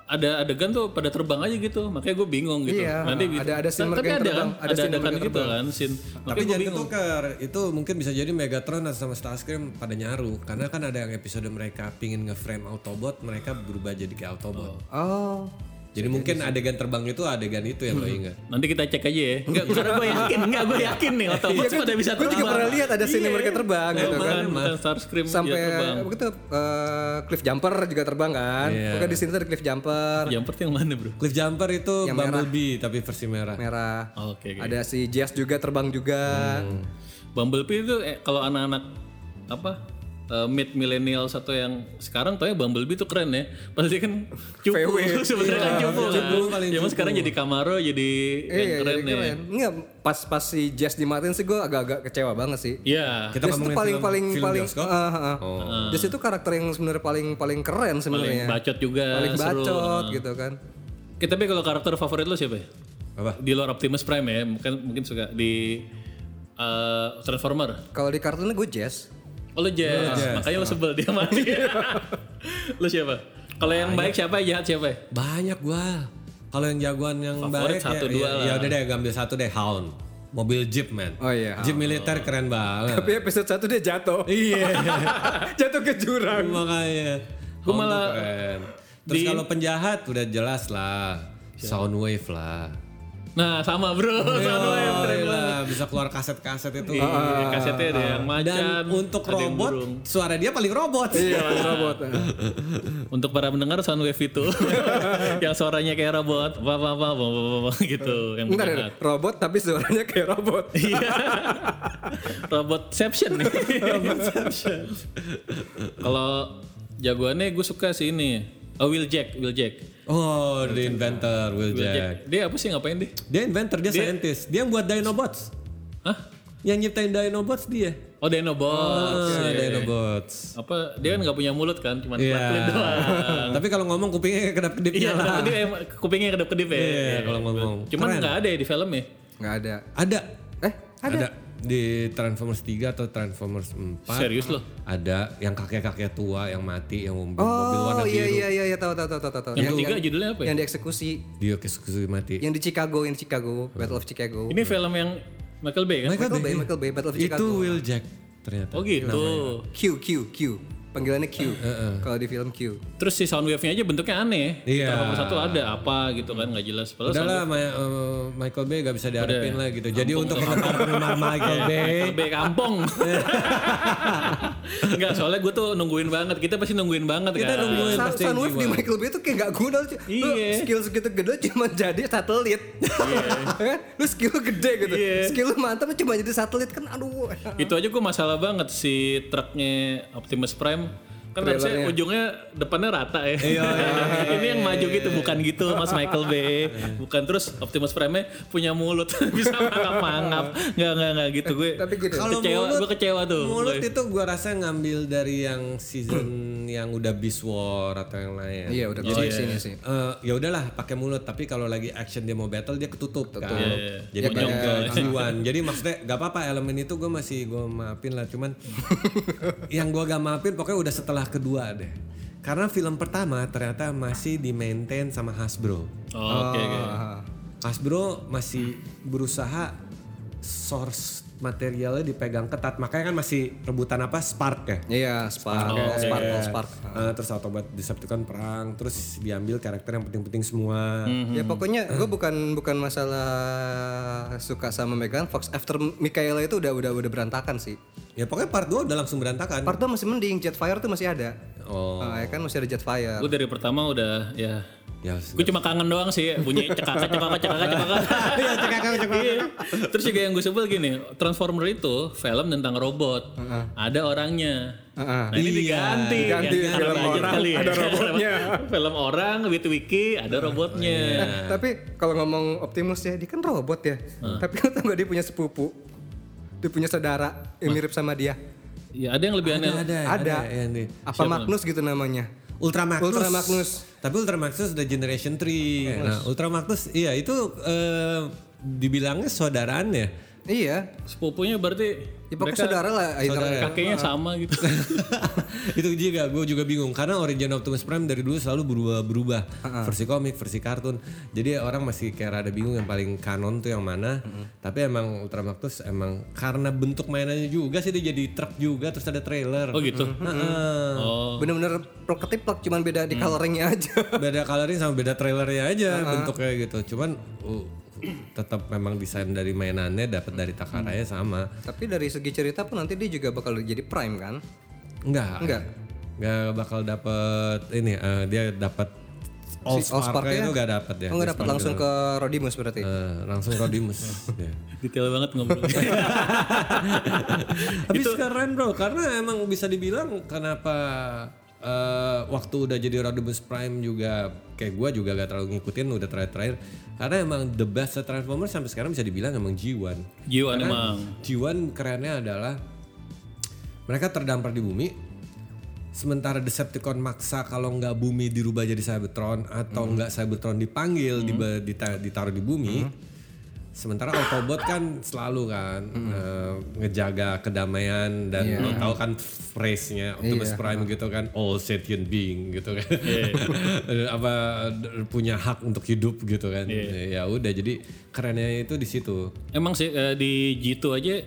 B: ada adegan tuh pada terbang aja gitu. Makanya gue bingung gitu.
C: Iya,
B: Nanti gitu.
C: ada- ada scene
B: Nah, tapi
C: mereka yang
B: ada kan,
C: terbang, ada
B: ada,
C: scene
B: adegan
C: mereka
B: gitu
C: terbang.
B: kan scene.
D: Tapi
B: Makanya gue
D: jangan
B: bingung.
D: ketukar, itu mungkin bisa jadi Megatron atau sama Starscream pada nyaru karena kan ada yang episode mereka pingin nge-frame Autobot, mereka berubah jadi ke Autobot.
C: Oh.
D: Jadi mungkin adegan terbang itu adegan itu yang lo ingat.
B: Nanti kita cek aja ya. Enggak, karena gue yakin, enggak gue yakin nih Autobots pada bisa Iya,
C: Gue
B: terbang. Iya,
C: juga pernah lihat ada scene mereka terbang gitu
B: Bukan,
C: kan.
B: bukan Starscream dia
C: Sampai
B: Iya, terbang. Iya.
C: begitu cliff jumper juga terbang kan. Pokoknya di sini tuh ada cliff jumper
B: Jumper tuh yang mana bro?
D: Cliffjumper itu
C: Yang merah.
D: Bumblebee tapi versi merah.
C: merah.
B: Oke, Hmm. oke.
C: Ada si Jazz juga terbang juga.
B: Bumblebee itu eh, kalau anak-anak apa eh, mid millennial atau yang sekarang tau ya Bumblebee tuh keren ya. Padahal dia kan cupu
C: VW.
B: sebenarnya kan cupu kan.
D: cupu, paling
B: Ya mas
D: cupu.
B: sekarang jadi Camaro jadi yang
C: Iya,
B: keren
C: jadi
B: ya.
C: keren. Enggak, pas-pas si Jazz dimatiin sih gue agak-agak kecewa banget sih.
B: Iya.
D: Kita
C: Jazz itu
D: ngomongin
C: paling
D: film-
C: paling
D: film
C: paling
D: bioskop?
C: ah, ah, ah. Jazz itu karakter yang sebenarnya paling paling keren
B: Paling
C: sebenarnya.
B: bacot juga
C: Paling
B: seru.
C: bacot gitu kan.
B: Kita tapi kalau karakter favorit lo siapa? ya?
D: Apa?
B: Di luar Optimus Prime ya, mungkin mungkin suka di eh, Transformer.
C: Kalau di kartunnya gue Jazz.
B: Oh lo Jazz,
C: Iya,
B: makanya lo sebel dia mati. lo siapa? Kalau yang
C: Nah,
B: baik
C: iya.
B: siapa, jahat siapa? ya?
D: Banyak gua. Kalau yang jagoan yang
B: Favorit
D: baik
B: satu,
D: ya,
B: dua
D: ya,
B: lah.
D: ya udah deh gua ambil satu deh Hound. Mobil Jeep man.
C: Oh, iya,
D: Jeep militer keren banget.
C: Tapi episode 1 dia jatuh.
D: iya.
C: jatuh ke jurang.
D: Makanya.
B: Gua
D: Hound tuh
B: malah
D: keren. Terus
B: di-
D: kalau penjahat udah jelas lah. Soundwave lah.
B: Nah sama
C: Iya.
B: bro, sama ya, yang keren
D: Yoi
B: banget.
D: lah, Oh, iya. bisa keluar kaset-kaset itu.
B: Iya, kasetnya ada yang macan,
D: ah. Dan untuk
B: ada yang
D: robot,
B: burung.
D: suara dia paling robot. Iya.
C: robot.
B: Untuk para pendengar Soundwave itu yang suaranya kayak robot, apa apa apa apa, apa, apa, gitu yang
C: Bentar,
D: ya,
B: bergerak.
C: robot tapi suaranya kayak robot.
B: Iya. Robotception nih. Kalau jagoannya gue suka sih ini. Oh, Will Jack, Will Jack.
D: Oh, the inventor Will
B: Will Jack.
D: Jack.
B: Dia apa sih ngapain deh?
D: Dia inventor, dia scientist. Dia yang buat Dinobots.
B: Hah?
D: Yang nyiptain Dinobots dia.
B: Oh Dinobots. Iya,
D: Ah,
B: iya.
D: Dinobots.
B: Apa dia kan nggak punya mulut kan, cuma
D: Iya.
B: pelit doang.
D: Tapi kalau ngomong kupingnya kedap-kedip
B: Iya,
D: nyala.
B: kedap-kedip emang- kupingnya kedap-kedip ya.
D: Iya, kalau ngomong.
B: Cuman
D: Keren.
B: nggak ada ya di film ya.
C: nggak ada.
D: Ada.
C: Eh, ada.
D: di Transformers 3 atau Transformers 4.
B: Serius loh.
D: Ada yang kakek-kakek tua yang mati yang mobil, mobil warna
C: Oh
D: biru.
C: iya iya iya iya tahu tahu tahu tahu tahu.
B: Yang ketiga judulnya apa ya?
C: Yang dieksekusi.
D: Dia kesusu mati.
C: Yang di Chicago, yang di Chicago, Battle of Chicago.
B: Ini film yang Michael Bay kan?
C: Michael Bay, Michael Bay, Battle of Chicago.
D: Itu Will Jack ternyata.
B: Oh gitu.
C: Q Q Q. Panggilannya Q. Kalau di film Q.
B: Terus si soundwave-nya aja bentuknya aneh.
D: Iya.
B: Nomor satu ada apa gitu kan nggak jelas. Padahal
D: Udah lah Ma- eh, Michael Bay gak bisa diharapin
B: Udah.
D: lah gitu. Jadi
B: Kampung
D: untuk
B: sama
D: penggemar-penggemar Michael Bay.
B: soundwave- Bay kampung. Enggak, soalnya gue tuh nungguin banget. Kita pasti nungguin banget
D: Kita
C: Ya.
B: kan.
D: nungguin.
C: Sun-
D: pasti
C: Sunwave di
D: jiwa.
C: Michael Bay tuh kayak gak guna lu, lu
B: Iya.
C: skill segitu gede cuma jadi satelit Kan? lu skill lu gede gitu
B: Iya.
C: skill lu mantap cuma jadi satelit kan aduh
B: Itu aja gue masalah banget si truknya Optimus Prime. Kan harusnya
C: Trailernya.
B: ujungnya depannya rata ya. Ini yang maju gitu, bukan gitu Mas Michael Bay. Bukan terus Optimus Prime-nya punya mulut. Bisa mangap-mangap. Nggak, nggak, nggak gitu gue.
C: Tapi gini.
D: Kalau
B: kecewa,
D: mulut-
B: gue kecewa tuh.
D: Mulut
B: Gue.
D: itu gua rasa ngambil dari yang season yang udah Beast War atau yang lain.
C: iya udah kesini sini sih
D: Eh, ya udahlah pakai mulut tapi kalau lagi action dia mau battle dia ketutup kan
B: Iya,
D: jadi
C: Ya,
D: banyak
C: kayak-
D: kejiwan jadi maksudnya gak apa-apa elemen itu gue masih gue maafin lah cuman yang gue gak maafin pokoknya udah setelah kedua deh karena film pertama ternyata masih di maintain sama Hasbro
B: Oh, Oke, oke.
D: Hasbro masih berusaha source materialnya dipegang ketat makanya kan masih rebutan apa spark ya
C: iya spark spark spark
D: Eh, terus Autobot Decepticon perang terus diambil karakter yang penting-penting semua
C: ya pokoknya gue bukan bukan masalah suka sama Megan Fox after Michaela itu udah udah udah berantakan sih
D: Ya pokoknya part 2 udah langsung berantakan.
C: part 2 masih mending Jetfire tuh masih ada
D: Oh.
C: Ah, ya kan masih ada Jetfire
B: Gue dari pertama udah ya
D: Ya,
B: Gue cuma kangen doang sih bunyi cekaka cekaka cekaka cekaka. Iya cekaka cekaka. Terus juga yang gue sebel gini, Transformer itu film tentang robot. Ada orangnya.
C: Heeh.
B: Nah, ini diganti.
C: iya. diganti.
B: Ya, karena
C: Film
B: budget
C: orang,
B: kali ya.
C: ada robotnya. Oh, iya.
B: film orang wiki wiki ada robotnya.
C: Tapi kalau ngomong Optimus ya, dia kan robot ya. Tapi lu tau gak dia punya sepupu? Dia punya saudara yang mirip sama dia.
B: Ya ada yang lebih aneh.
D: Eh, ada, ya, iya,
C: ada.
D: yang di-
C: Apa Magnus gitu namanya?
D: Ultra Magnus.
C: Ultra Magnus.
D: Tapi Ultra Magnus udah generation 3. Nah, Ultra Magnus iya itu eh, dibilangnya saudaraan ya.
C: Iya.
B: Sepupunya berarti
C: Ya,
B: mereka
C: pokoknya
B: ya?
C: saudara ya. lah. Kan hitungannya.
B: kakeknya sama gitu.
D: itu juga gue juga bingung karena origin Optimus Prime dari dulu selalu berubah-berubah versi komik versi kartun jadi orang masih kayak rada bingung yang paling kanon tuh yang mana tapi emang Ultra Magnus emang karena bentuk mainannya juga sih dia jadi truk juga terus ada trailer
B: Oh gitu. Oh.
D: Heeh.
C: Bener-bener plek ketiplek, cuman beda di coloringnya aja.
D: beda coloring sama beda trailernya aja bentuknya gitu cuman uh, tetap memang desain dari mainannya dapat dari takaranya sama
C: Tapi dari segi cerita pun nanti dia juga bakal jadi prime kan?
D: enggak
C: Enggak.
D: enggak bakal dapat ini eh, dia dapat all
C: Si Allspark-nya-
D: itu enggak dapat ya
C: Oh, nggak dapat langsung ke Rodimus berarti.
D: Eh, langsung Rodimus ya.
B: Detail banget ngobrolnya.
D: Tapi keren bro, karena emang bisa dibilang kenapa eh, waktu udah jadi Rodimus Prime juga kayak gua juga gak terlalu ngikutin udah terakhir-terakhir karena emang the best Transformers sampai sekarang bisa dibilang emang G1.
B: Jiwan
D: Karena
B: emang.
D: G1 kerennya adalah mereka terdampar di bumi sementara Decepticon maksa kalau nggak bumi dirubah jadi Cybertron atau nggak Cybertron dipanggil diba- dita- ditaruh di bumi sementara Autobot kan selalu kan eh, ngejaga kedamaian dan lo tahu kan phrase-nya Optimus Prime gitu kan all sentient being gitu kan apa punya hak untuk hidup gitu kan ya udah jadi kerennya itu di situ
B: Emang sih eh, di G2 aja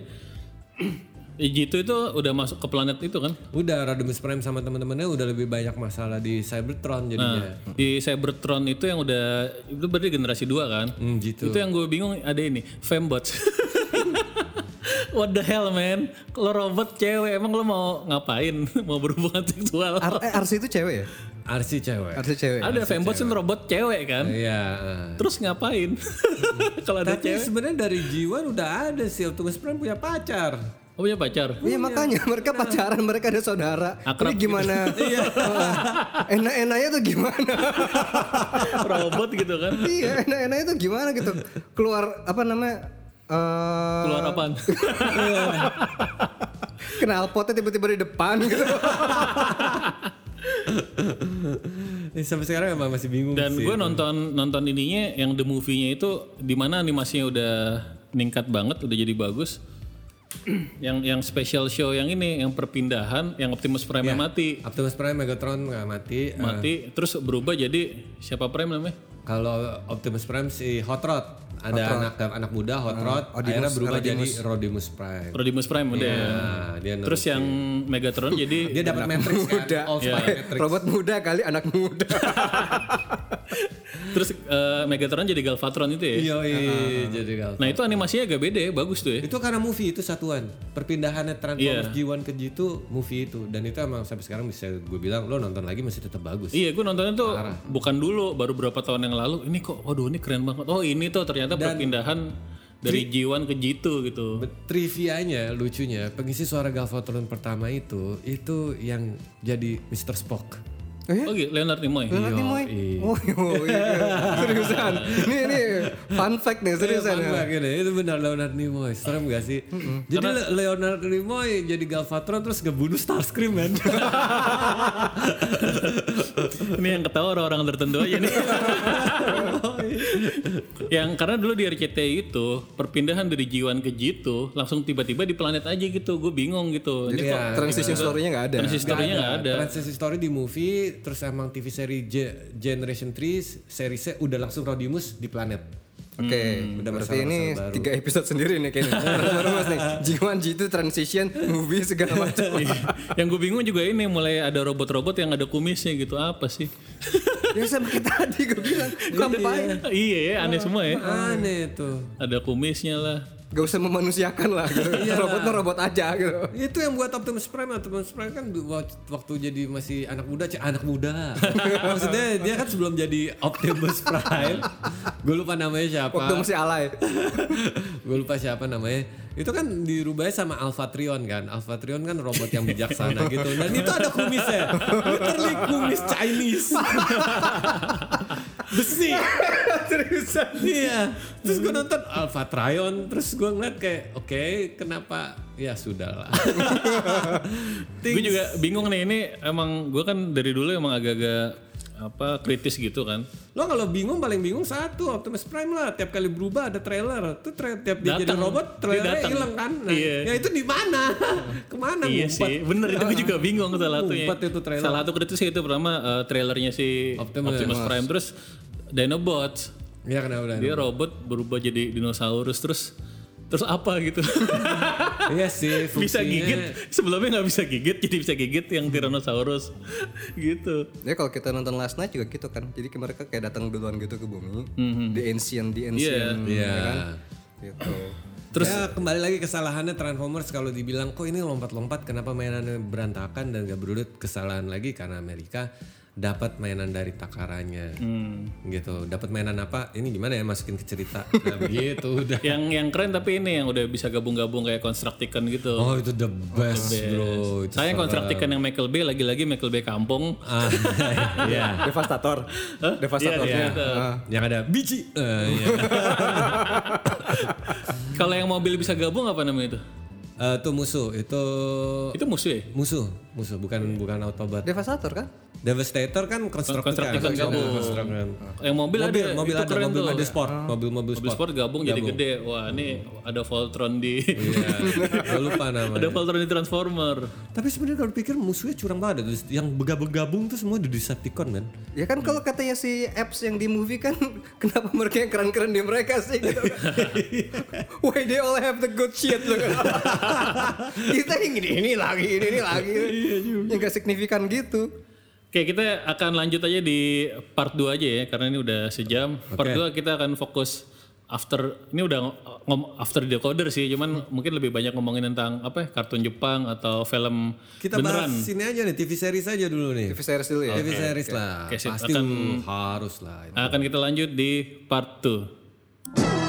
B: di G2 itu udah masuk ke planet itu kan?
D: Udah Rodimus Prime sama teman-temannya udah lebih banyak masalah di Cybertron jadinya.
B: Di Cybertron itu yang udah itu berarti generasi 2 kan?
D: Hmm, gitu.
B: Itu yang gue bingung ada ini, fembots. What the hell man? Lo robot cewek emang lo mau ngapain? mau berhubungan seksual?
C: R eh, RC itu cewek ya?
D: RC cewek.
C: RC cewek.
B: ada fembots kan robot cewek kan?
D: Iya.
B: Terus ngapain? Kalau ada
D: Tapi
B: cewek,
D: sebenarnya dari G1 udah ada sih Optimus Prime punya pacar.
B: oh punya pacar.
C: Iya makanya mereka pacaran, mereka ada saudara.
B: Akrab
C: Ini gimana? Iya. Enak-enaknya tuh gimana?
B: robot gitu kan?
C: iya enak-enaknya tuh gimana gitu keluar apa namanya eh,
B: Keluar apaan?
C: knalpotnya tiba-tiba di depan gitu.
D: Ini sampai sekarang emang masih bingung
B: Dan
D: sih.
B: gue nonton nonton ininya yang the movie-nya itu di mana animasinya udah meningkat banget, udah jadi bagus. yang yang special show yang ini yang perpindahan yang Optimus Prime
D: Ya,
B: mati
D: Optimus Prime Megatron nggak mati. Eh,
B: mati terus berubah jadi siapa Prime namanya?
D: Kalau Optimus Prime si Hot Rod ada anak anak muda Hot Rod
C: Odimus,
D: akhirnya berubah
C: Rodimus.
D: jadi Rodimus Prime.
B: Rodimus Prime udah.
D: Nah, dia
B: ya? Terus yang Megatron
D: dia
B: jadi
D: dapat Matrix kan,
C: muda.
D: All Spy
B: Iya.
D: Matrix.
C: Robot muda kali anak muda.
B: terus eh, Megatron jadi Galvatron itu ya.
D: Iya, iya, jadi gal.
B: Nah, itu animasinya agak beda ya, bagus tuh ya.
D: Itu karena movie itu satuan. Perpindahannya Transformers
B: Iya.
D: G1 ke G2 movie itu dan itu emang sampai sekarang bisa gue bilang lo nonton lagi masih tetap bagus.
B: Iya, gue nontonnya tuh bukan dulu, baru berapa tahun yang lalu. Ini kok, waduh ini keren banget. Oh ini tuh ternyata perpindahan dari G1 ke G2 gitu.
D: Be- Trivianya lucunya pengisi suara Galvatron pertama itu itu yang jadi Mr. Spock.
B: Oh gitu, Leonard Nimoy.
C: Nanti Eh, Moy. Oh, yo, iya, iya. seriusan. Ini ini fun fact nih seriusan.
B: ya?
D: Iya, bangga gini. itu benar Leonard Nimoy. Serem gak sih? Jadi Le- Leonard Nimoy jadi Galvatron terus ngebunuh Starscream kan.
B: ini yang ketawa orang-orang tertentu aja nih. yang karena dulu di RCTI itu perpindahan dari G1 ke G2 langsung tiba-tiba di planet aja gitu. Gue bingung gitu.
C: Jadi
B: Ini kok
C: kok transition Iya. story-nya nggak ada.
B: transistornya nggak ada.
D: Transisi story di movie terus emang TV seri Ge- Generation 3 serisnya udah langsung Rodimus di planet.
C: Oke,
D: udah
C: berarti
D: masalah-masalah
C: ini
D: baru.
C: tiga episode sendiri nih kayaknya. Baru mas nih, G1, G2, transition, movie segala macam.
B: Iya. yang gue bingung juga ini mulai ada robot-robot yang ada kumisnya gitu apa sih?
C: ya sama kayak tadi gue bilang, ngapain?
B: iya ya, aneh semua ya.
D: Aneh tuh.
B: Ada kumisnya lah.
C: Gak usah memanusiakan lah gitu. Robotnya robot aja gitu.
D: Itu yang buat Optimus Prime. Optimus Prime kan du- wak- waktu jadi masih anak muda, cek anak muda. Maksudnya dia kan sebelum jadi Optimus Prime, gue lupa namanya siapa.
C: Waktu masih alay.
D: gue lupa siapa namanya. Itu kan dirubahnya sama Alphatrion kan. Alphatrion kan robot yang bijaksana gitu. Dan itu ada kumisnya. Literally kumis Chinese. Besi.
C: Seriusan.
D: Iya. Terus gue nonton Alphatrion. Terus gue ngeliat kayak, oke kenapa? Ya sudah lah.
B: Gue juga bingung nih ini emang gue kan dari dulu emang agak-agak apa kritis gitu kan.
D: Lo kalau bingung paling bingung satu Optimus Prime lah tiap kali berubah ada trailer. Tuh tra- tiap dia jadi
B: Datang.
D: robot
B: Dia
D: trailernya
B: datang.
D: hilang kan. Nah,
B: Iya.
D: Ya itu di mana? Kemana
B: Iya
D: ngumpet? Ah.
B: sih, bener itu gue juga bingung salah satunya.
D: Ngumpet itu trailer.
B: Salah satu kritis itu pertama eh, trailernya si
D: Optimus.
B: Optimus, Prime terus Dinobots.
D: Iya kenapa Dan?
B: Dia robot berubah jadi dinosaurus terus terus apa gitu.
D: Iya sih
B: bisa
D: fungsinya-
B: gigit sebelumnya nggak bisa gigit jadi bisa gigit yang Tyrannosaurus gitu.
C: Ya kalau kita nonton Last Night juga gitu kan. Jadi mereka kayak datang duluan gitu ke bumi. The Ancient, The Ancient.
D: Iya.
C: ya kan? Gitu.
D: Terus ya, kembali lagi kesalahannya Transformers kalau dibilang kok ini lompat-lompat kenapa mainannya berantakan dan gak berurut kesalahan lagi karena Amerika dapat mainan dari takarannya
B: Hmm.
D: gitu dapat mainan apa ini gimana ya masukin ke cerita nah, begitu udah
B: Yang yang keren tapi ini yang udah bisa gabung-gabung kayak Constructicon gitu.
D: Oh itu the best, bro. Itu
B: Saya
D: serem.
B: konstruktikan yang kan- Michael Bay lagi-lagi Michael Bay kampung.
D: Ah, Iya.
C: Devastator.
D: ya.
C: Devastatornya.
B: Iya, iya.
C: Ah.
D: yang ada biji. Eh, iya.
B: Kalau yang mobil bisa gabung apa namanya itu?
D: Eh, itu musuh. Itu Oh.
B: Itu musuh ya?
D: musuh, musuh bukan bukan Autobot.
C: Devastator kan?
D: Devastator kan konstruktor
B: Constructicon gabung. Yang mobil,
D: kan. Mobil, mobil,
B: ada, itu
D: ada,
B: keren
D: mobil
B: tuh. Ah.
D: ada sport, mobil-mobil
B: Mobil sport
D: sport.
B: gabung, jadi gede. Wah ini ada Voltron di...
D: Iya, gua lupa
B: ada
D: namanya.
B: Voltron di Transformer.
D: Tapi sebenarnya kalau pikir musuhnya curang banget. Terus Yang begabung-gabung tuh semua di Decepticon, men.
C: Ya kan kalau katanya si apps yang di movie kan kenapa mereka yang keren-keren di mereka sih gitu. Why they all have the good shit loh. Kita yang ini, ini lagi, ini, ini lagi.
D: Iya
C: yang gak signifikan gitu.
B: Oke kita akan lanjut aja di part 2 aja ya. Karena ini udah sejam. Part 2 kita akan fokus after ini udah ng- ngom after decoder sih cuman mungkin lebih banyak ngomongin tentang apa ya, kartun Jepang atau film
D: Kita
B: beneran
D: bahas sini aja nih, TV series aja dulu nih.
C: TV series dulu ya.
D: TV series lah.
B: Oke, sip.
D: Pasti
B: Akan-
D: harus lah.
B: akan kita lanjut di part 2